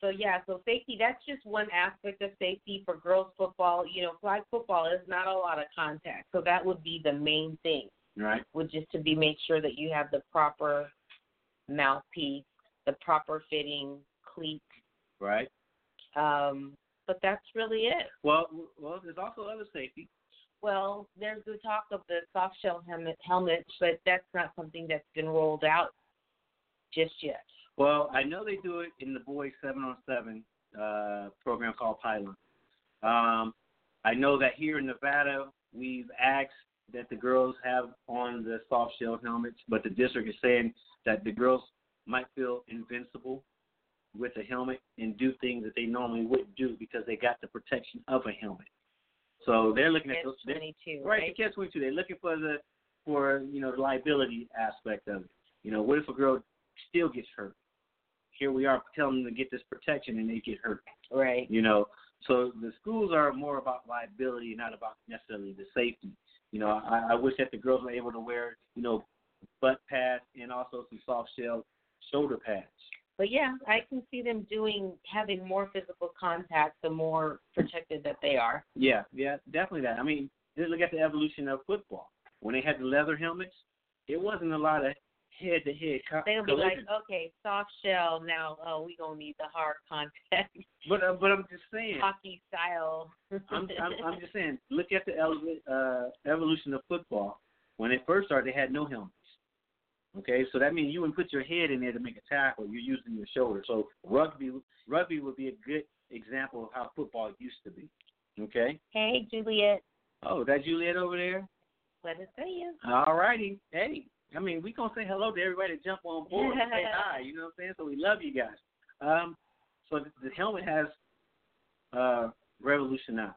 E: so yeah, so safety. That's just one aspect of safety for girls football. You know, flag football is not a lot of contact, so that would be the main thing,
D: Right.
E: would just to be make sure that you have the proper mouthpiece, the proper fitting cleat.
D: Right.
E: Um, but that's really it.
D: Well, w- well, there's also other safety.
E: Well, there's the talk of the soft shell helmet, helmet, but that's not something that's been rolled out just yet.
D: Well, I know they do it in the boys seven on seven uh, program called Pylon. Um, I know that here in Nevada, we've asked that the girls have on the soft shell helmets, but the district is saying that the girls might feel invincible with a helmet and do things that they normally wouldn't do because they got the protection of a helmet. So they're looking at
E: It's
D: those. they're-
E: 22,
D: Right, the catch twenty two. They're looking for the for you know the liability aspect of it. You know, what if a girl still gets hurt? Here we are telling them to get this protection and they get hurt.
E: Right.
D: You know, so the schools are more about liability, and not about necessarily the safety. You know, I, I wish that the girls were able to wear you know butt pads and also some soft shell shoulder pads.
E: But yeah, I can see them doing having more physical contact the more protected that they are.
D: Yeah, yeah, definitely that. I mean, just look at the evolution of football. When they had the leather helmets, it wasn't a lot of head to head.
E: They'll be like, okay, soft shell now. Oh, we gonna need the hard contact, (laughs)
D: But uh, but I'm just saying.
E: hockey style.
D: I'm, I'm I'm just saying. Look at the ele- uh, evolution of football. When it first started, they had no helmets. Okay, so that means you wouldn't put your head in there to make a tackle. You're using your shoulder. So rugby rugby would be a good example of how football used to be. Okay.
E: (laughs) hey, Juliet,
D: Oh, that Juliet over there.
E: let us see you.
D: All righty. Hey, I mean, we gonna say hello to everybody that jump on board and say hi. You know what I'm saying? So we love you guys. Um, so th- the helmet has uh, revolutionized,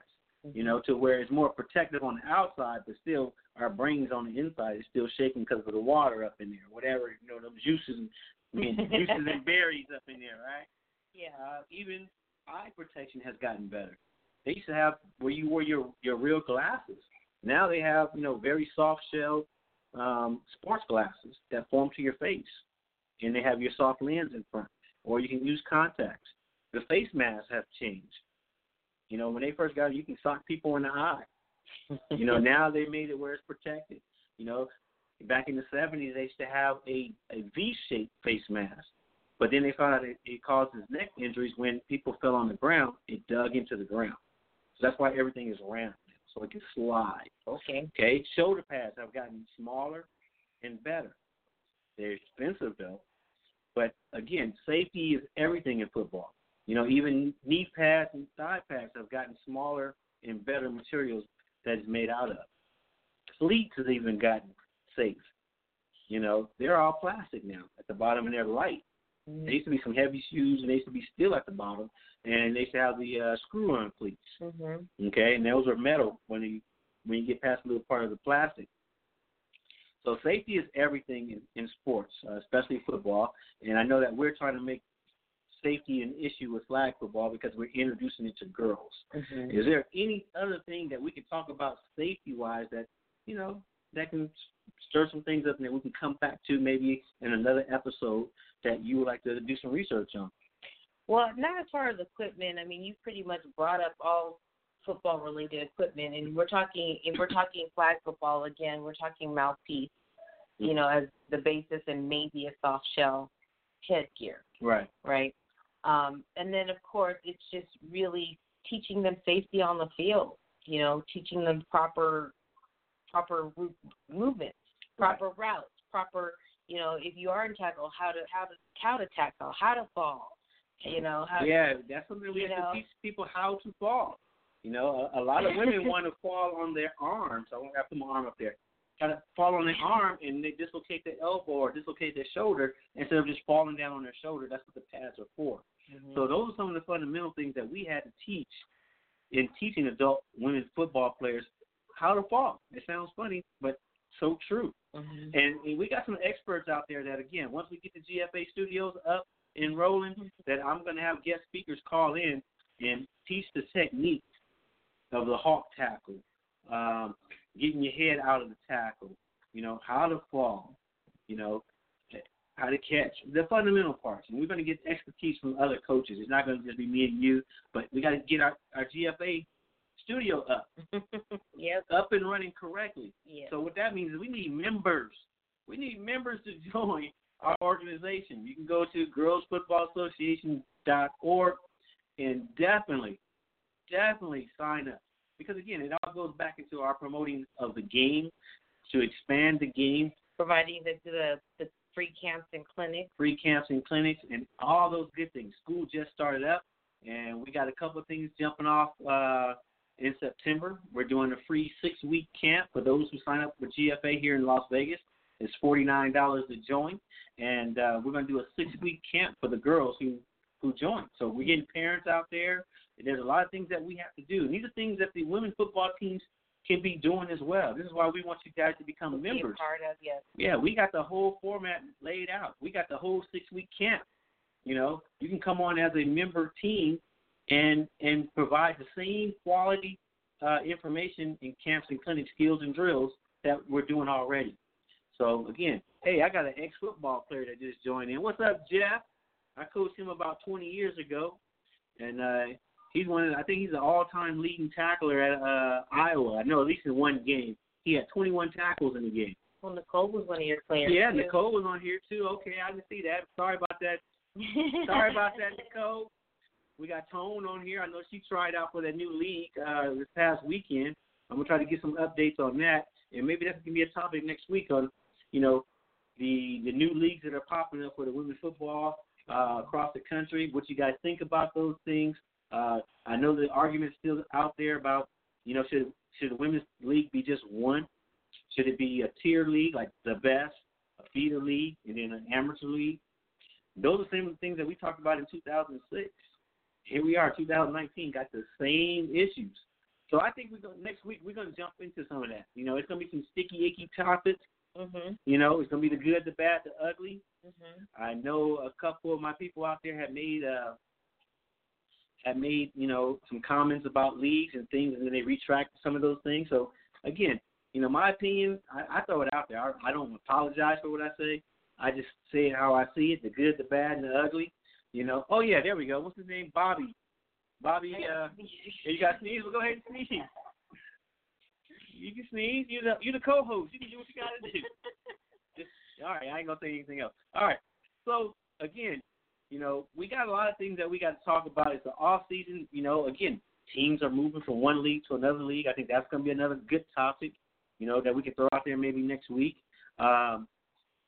D: you know, to where it's more protective on the outside, but still our brains on the inside is still shaking because of the water up in there, whatever you know, them juices, I mean, juices and berries up in there, right?
E: Yeah.
D: Uh, even eye protection has gotten better. They used to have where you wore your your real glasses. Now they have you know very soft shell um, sports glasses that form to your face, and they have your soft lens in front, or you can use contacts. The face masks have changed. You know when they first got it, you can sock people in the eye. You know now they made it where it's protected. You know back in the seventies they used to have a a V shaped face mask. But then they found out it, it causes neck injuries when people fell on the ground. It dug into the ground. So that's why everything is round. so I can slide.
E: Okay.
D: Okay, shoulder pads have gotten smaller and better. They're expensive though, but again, safety is everything in football. You know, even knee pads and thigh pads have gotten smaller and better materials that is made out of. Cleats has even gotten safe. You know, they're all plastic now at the bottom and they're light.
E: Mm-hmm.
D: There used to be some heavy shoes and they used to be still at the bottom, and they used to have the uh, screw-on cleats.
E: Mhm.
D: Okay, and those are metal when you when you get past a little part of the plastic. So safety is everything in, in sports, uh, especially football. And I know that we're trying to make safety an issue with flag football because we're introducing it to girls.
E: Mhm.
D: Is there any other thing that we can talk about safety wise that you know that can stir some things up and that we can come back to maybe in another episode that you would like to do some research on?
E: Well, not as far as equipment. I mean, you pretty much brought up all football related equipment, and we're talking if we're talking flag football again, we're talking mouthpiece, you know, as the basis, and maybe a soft shell headgear.
D: Right.
E: right? Um, and then, of course, it's just really teaching them safety on the field. You know, teaching them proper proper roo- movements, proper routes, proper. You know, if you are in tackle, how to how to how to tackle, how to fall. You know, how
D: Uh, Yeah, that's something we
E: you
D: have
E: know.
D: to teach people how to fall. You know, a, a lot of
E: (laughs)
D: women want to fall on their arms. I won't have to put my arm up there. Got to fall on their arm and they dislocate their elbow or dislocate their shoulder instead of just falling down on their shoulder. That's what the pads are for. So those are some of the fundamental things that we had to teach in teaching adult women football players how to fall. It sounds funny, but so true.
E: Mhm.
D: And, and we got some experts out there that, again, once we get the GFA studios up and rolling, that I'm going to have guest speakers call in and teach the technique of the hawk tackle, um, getting your head out of the tackle, you know, how to fall, you know, how to catch, the fundamental parts. And we're going to get expertise from other coaches. It's not going to just be me and you, but we got to get our, our GFA studio up,
E: (laughs) yep,
D: up and running correctly.
E: yep.
D: So what that means is we need members. We need members to (laughs) join our organization. You can go to girlsfootballassociation.org and definitely, definitely sign up. Because again, it all goes back into our promoting of the game to expand the game,
E: Providing the, the the free camps and clinics.
D: free camps and clinics, and all those good things. School just started up, and we got a couple of things jumping off uh, in September. We're doing a free six week camp for those who sign up for GFA here in Las Vegas. It's forty nine dollars to join, and uh, we're going to do a six week camp for the girls who who join. So we're getting parents out there. There's a lot of things that we have to do. And these are things that the women football teams can be doing as well. This is why we want you guys to become
E: Be a
D: members.
E: part of yes.
D: Yeah, we got the whole format laid out. We got the whole six week camp. You know, you can come on as a member team and and provide the same quality uh, information in camps and clinic skills and drills that we're doing already. So again, hey, I got an ex football player that just joined in. What's up, Jeff? I coached him about 20 years ago, and uh, he's one. Of, the- I think he's an all time leading tackler at uh, Iowa. I know at least in one game he had 21 tackles in the game.
E: Well, Nicole was one of your players.
D: Yeah,
E: too.
D: Nicole was on here too. Okay, I didn't see that. Sorry about that. (laughs)
E: (laughs)
D: Sorry about that, Nicole. We got Tone on here. I know she tried out for that new league uh, this past weekend. I'm gonna try to get some updates on that, and maybe that's gonna be a topic next week on, you know, the the new leagues that are popping up for the women's football uh, across the country. What you guys think about those things? Uh, I know the argument's still out there about, you know, should should the women's league be just one? Should it be a tier league like the best, a feeder league, and then an amateur league? Those are some of the things that we talked about in 2006. Here we are, 2019, got the same issues. So I think we're gonna, next week we're going to jump into some of that. You know, it's going to be some sticky, icky topics.
E: Mhm.
D: You know, it's going to be the good, the bad, the ugly.
E: Mhm.
D: I know a couple of my people out there have made uh have made, you know, some comments about leagues and things and then they retract some of those things. So again, you know, my opinion, I, I throw it out there. I, I don't apologize for what I say. I just say it how I see it, the good, the bad and the ugly. You know. Oh yeah, there we go. What's his name? Bobby. Bobby
E: (laughs)
D: uh if you got sneeze, well go ahead and sneeze. You can sneeze. You the you the co-host. You can do what you gotta do. Just all right. I ain't gonna say anything else. All right. So again, you know, we got a lot of things that we got to talk about. It's the off season. You know, again, teams are moving from one league to another league. I think that's going to be another good topic, you know, that we can throw out there maybe next week. Um,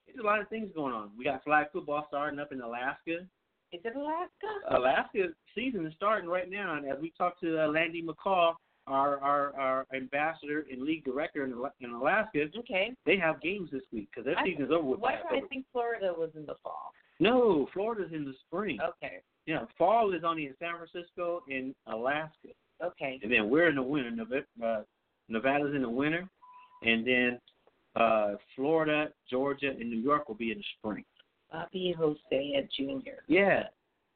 D: there's a lot of things going on. We got flag football starting up in Alaska.
E: Is it
D: Uh,
E: Alaska?
D: Alaska season is starting right now, and as we talked to uh, Landy McCall, our, our our ambassador and league director in, Ala- in Alaska,
E: Okay.
D: they have games this week because their
E: I-
D: season's over with.
E: Why
D: by
E: did I
D: October.
E: think Florida was in the
D: (laughs)
E: fall?
D: No, Florida's in the spring.
E: Okay.
D: Yeah, fall is only in San Francisco and Alaska,
E: Okay.
D: and then we're in the winter. Neve- Uh, Nevada's in the winter, and then uh, Florida, Georgia, and New York will be in the spring.
E: Bobby Hosea Jr.
D: Yeah.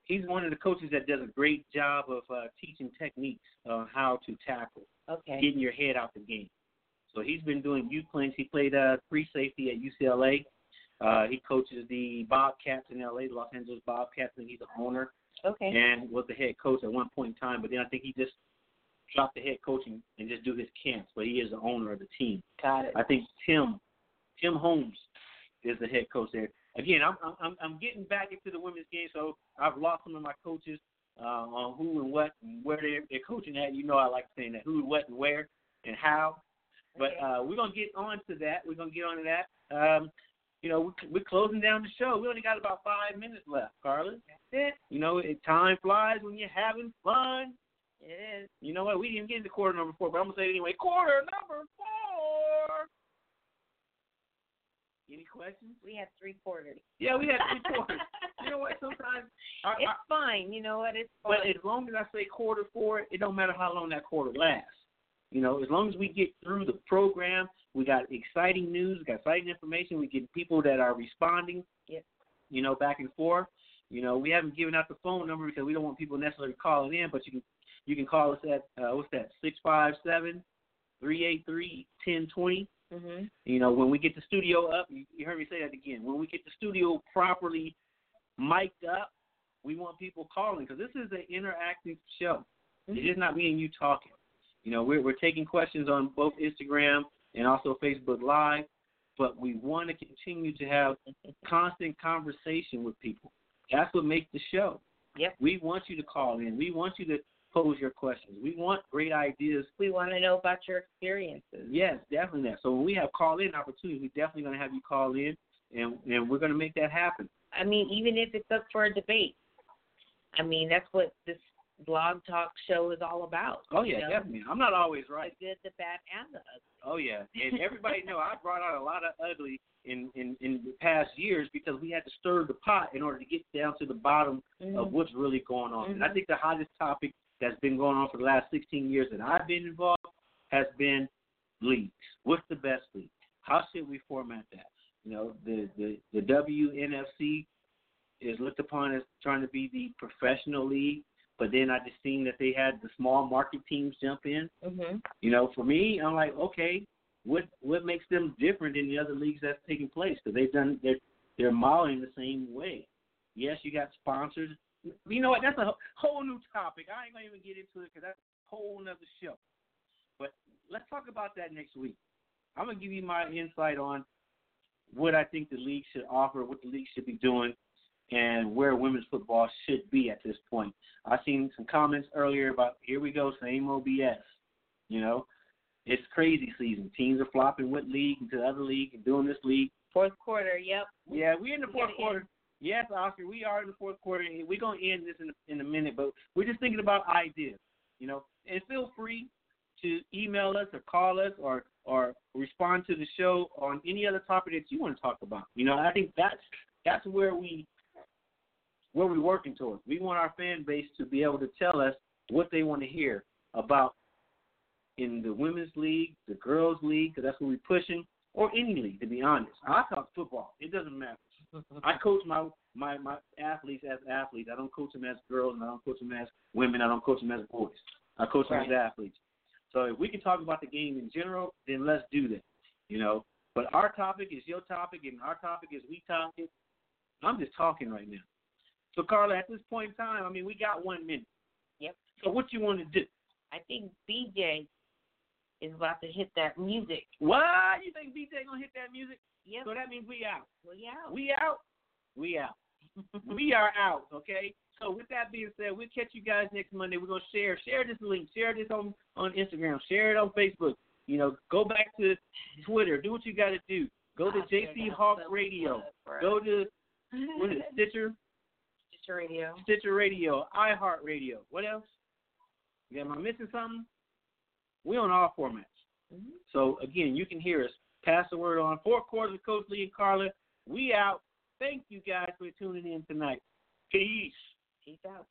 D: He's one of the coaches that does a great job of uh, teaching techniques on how to tackle,
E: Okay.
D: getting your head out the game. So he's been doing youth clinics. He played uh, free safety at UCLA. Uh, he coaches the Bobcats in LA, the Los Angeles Bobcats, and he's the owner
E: Okay.
D: and was the head coach at one point in time. But then I think he just dropped the head coaching and just do his camps. But he is the owner of the team.
E: Got it.
D: I think Tim Tim Holmes is the head coach there. Again, I'm I'm- I'm I'm getting back into the women's game, so I've lost some of my coaches uh, on who and what and where they're, they're coaching at. You know, I like saying that who, what, and where, and how. But
E: Okay.
D: uh, we're gonna get on to that. We're gonna get on to that. Um, you know, we're, we're closing down the show. We only got about five minutes left, Carla.
E: That's it.
D: You know, it, time flies when you're having fun.
E: It is.
D: You know what? We didn't even get into quarter number four, but I'm gonna say it anyway. Quarter number four. Any questions?
E: We had three quarters.
D: Yeah, we had three quarters. you know what? Sometimes, I,
E: It's
D: I,
E: fine. You know what? It's fine.
D: but as long as I say quarter four, it don't matter how long that quarter lasts. You know, as long as we get through the program, we got exciting news, we got exciting information, we get people that are responding.
E: Yep.
D: You know, back and forth. You know, we haven't given out the phone number because we don't want people necessarily calling in, but you can you can call us at uh, what's that six five seven three eight three ten twenty.
E: hmm
D: You know, when we get the studio up, you, you heard me say that again. When we get the studio properly mic'd up, we want people calling because this is an interactive show. It's
E: Mm-hmm.
D: just not me and you talking. You know, we're we're taking questions on both Instagram and also Facebook Live, but we want to continue to have constant conversation with people. That's what makes the show.
E: Yep.
D: We want you to call in. We want you to pose your questions. We want great ideas
E: We want to know about your experiences.
D: Yes, definitely that. So when we have call in opportunities, we're definitely gonna have you call in and and we're gonna make that happen.
E: I mean, even if it's up for a debate. I mean, that's what this blog talk show is all about.
D: Oh
E: you
D: yeah,
E: know?
D: definitely. I'm not always
E: The
D: right.
E: good, the bad, and the ugly.
D: Oh yeah. And everybody know I brought out a lot of ugly in, in, in the past years because we had to stir the pot in order to get down to the bottom of
E: Mhm.
D: what's really going on. And I
E: Mhm.
D: think the hottest topic that's been going on for the last 16 years that I've been involved has been leagues. What's the best league? How should we format that? You know, the the, the WNFC is looked upon as trying to be the professional league, but then I just seen that they had the small market teams jump in.
E: Mhm.
D: You know, for me, I'm like, okay, what what makes them different than the other leagues that's taking place? Because they've done they're they're modeling the same way. Yes, you got sponsors. You know what? That's a whole new topic. I ain't gonna even get into it because that's a whole nother show. But let's talk about that next week. I'm gonna give you my insight on what I think the league should offer, what the league should be doing, and where women's football should be at this point. I seen some comments earlier about here we go, same OBS. You know, it's crazy season. Teams are flopping with league into the other league and doing this league.
E: Fourth quarter. Yep.
D: Yeah, we're in the
E: We
D: fourth
E: gotta
D: quarter. Yes, Oscar, we are in the fourth quarter. and We're gonna end this in a, in a minute, but we're just thinking about ideas. You know, and feel free to email us or call us or or respond to the show on any other topic that you want to talk about. You know, I think that's that's where we where we're working towards. We want our fan base to be able to tell us what they want to hear about in the women's league, the girls' league, 'cause that's what we're pushing, or any league. To be honest, I talk football. It doesn't
E: (laughs)
D: matter. I coach my my my athletes as athletes. I don't coach them as girls, and I don't coach them as women. I don't coach them as boys. I coach them as
E: Right.
D: athletes. So if we can talk about the game in general, then let's do that. You know. But our topic is your topic, and our topic is we topic. I'm just talking right now. So Carla, at this point in time, I mean, we got one minute.
E: Yep.
D: So what you want to do?
E: I think BJ is about to hit that music.
D: What you think BJ gonna hit that music?
E: Yep.
D: So that means we out.
E: Well, yeah.
D: We out. We out. we are out. Okay. So with that being said, we'll catch you guys next Monday. We're gonna share share this link, share this on on Instagram, share it on Facebook. You know, go back to Twitter, do what you gotta do. Go to
E: I figured
D: JC
E: out
D: Hawk
E: something
D: Radio.
E: for
D: Go to
E: us.
D: what is
E: (laughs)
D: it, Stitcher,
E: Stitcher Radio.
D: Stitcher Radio, iHeart Radio. What else? Yeah, am I missing something? We on all formats.
E: Mhm.
D: So again, you can hear us. Pass the word on. Four quarters with Coach Lee and Carla. We out. Thank you guys for tuning in tonight. Peace.
E: Peace out.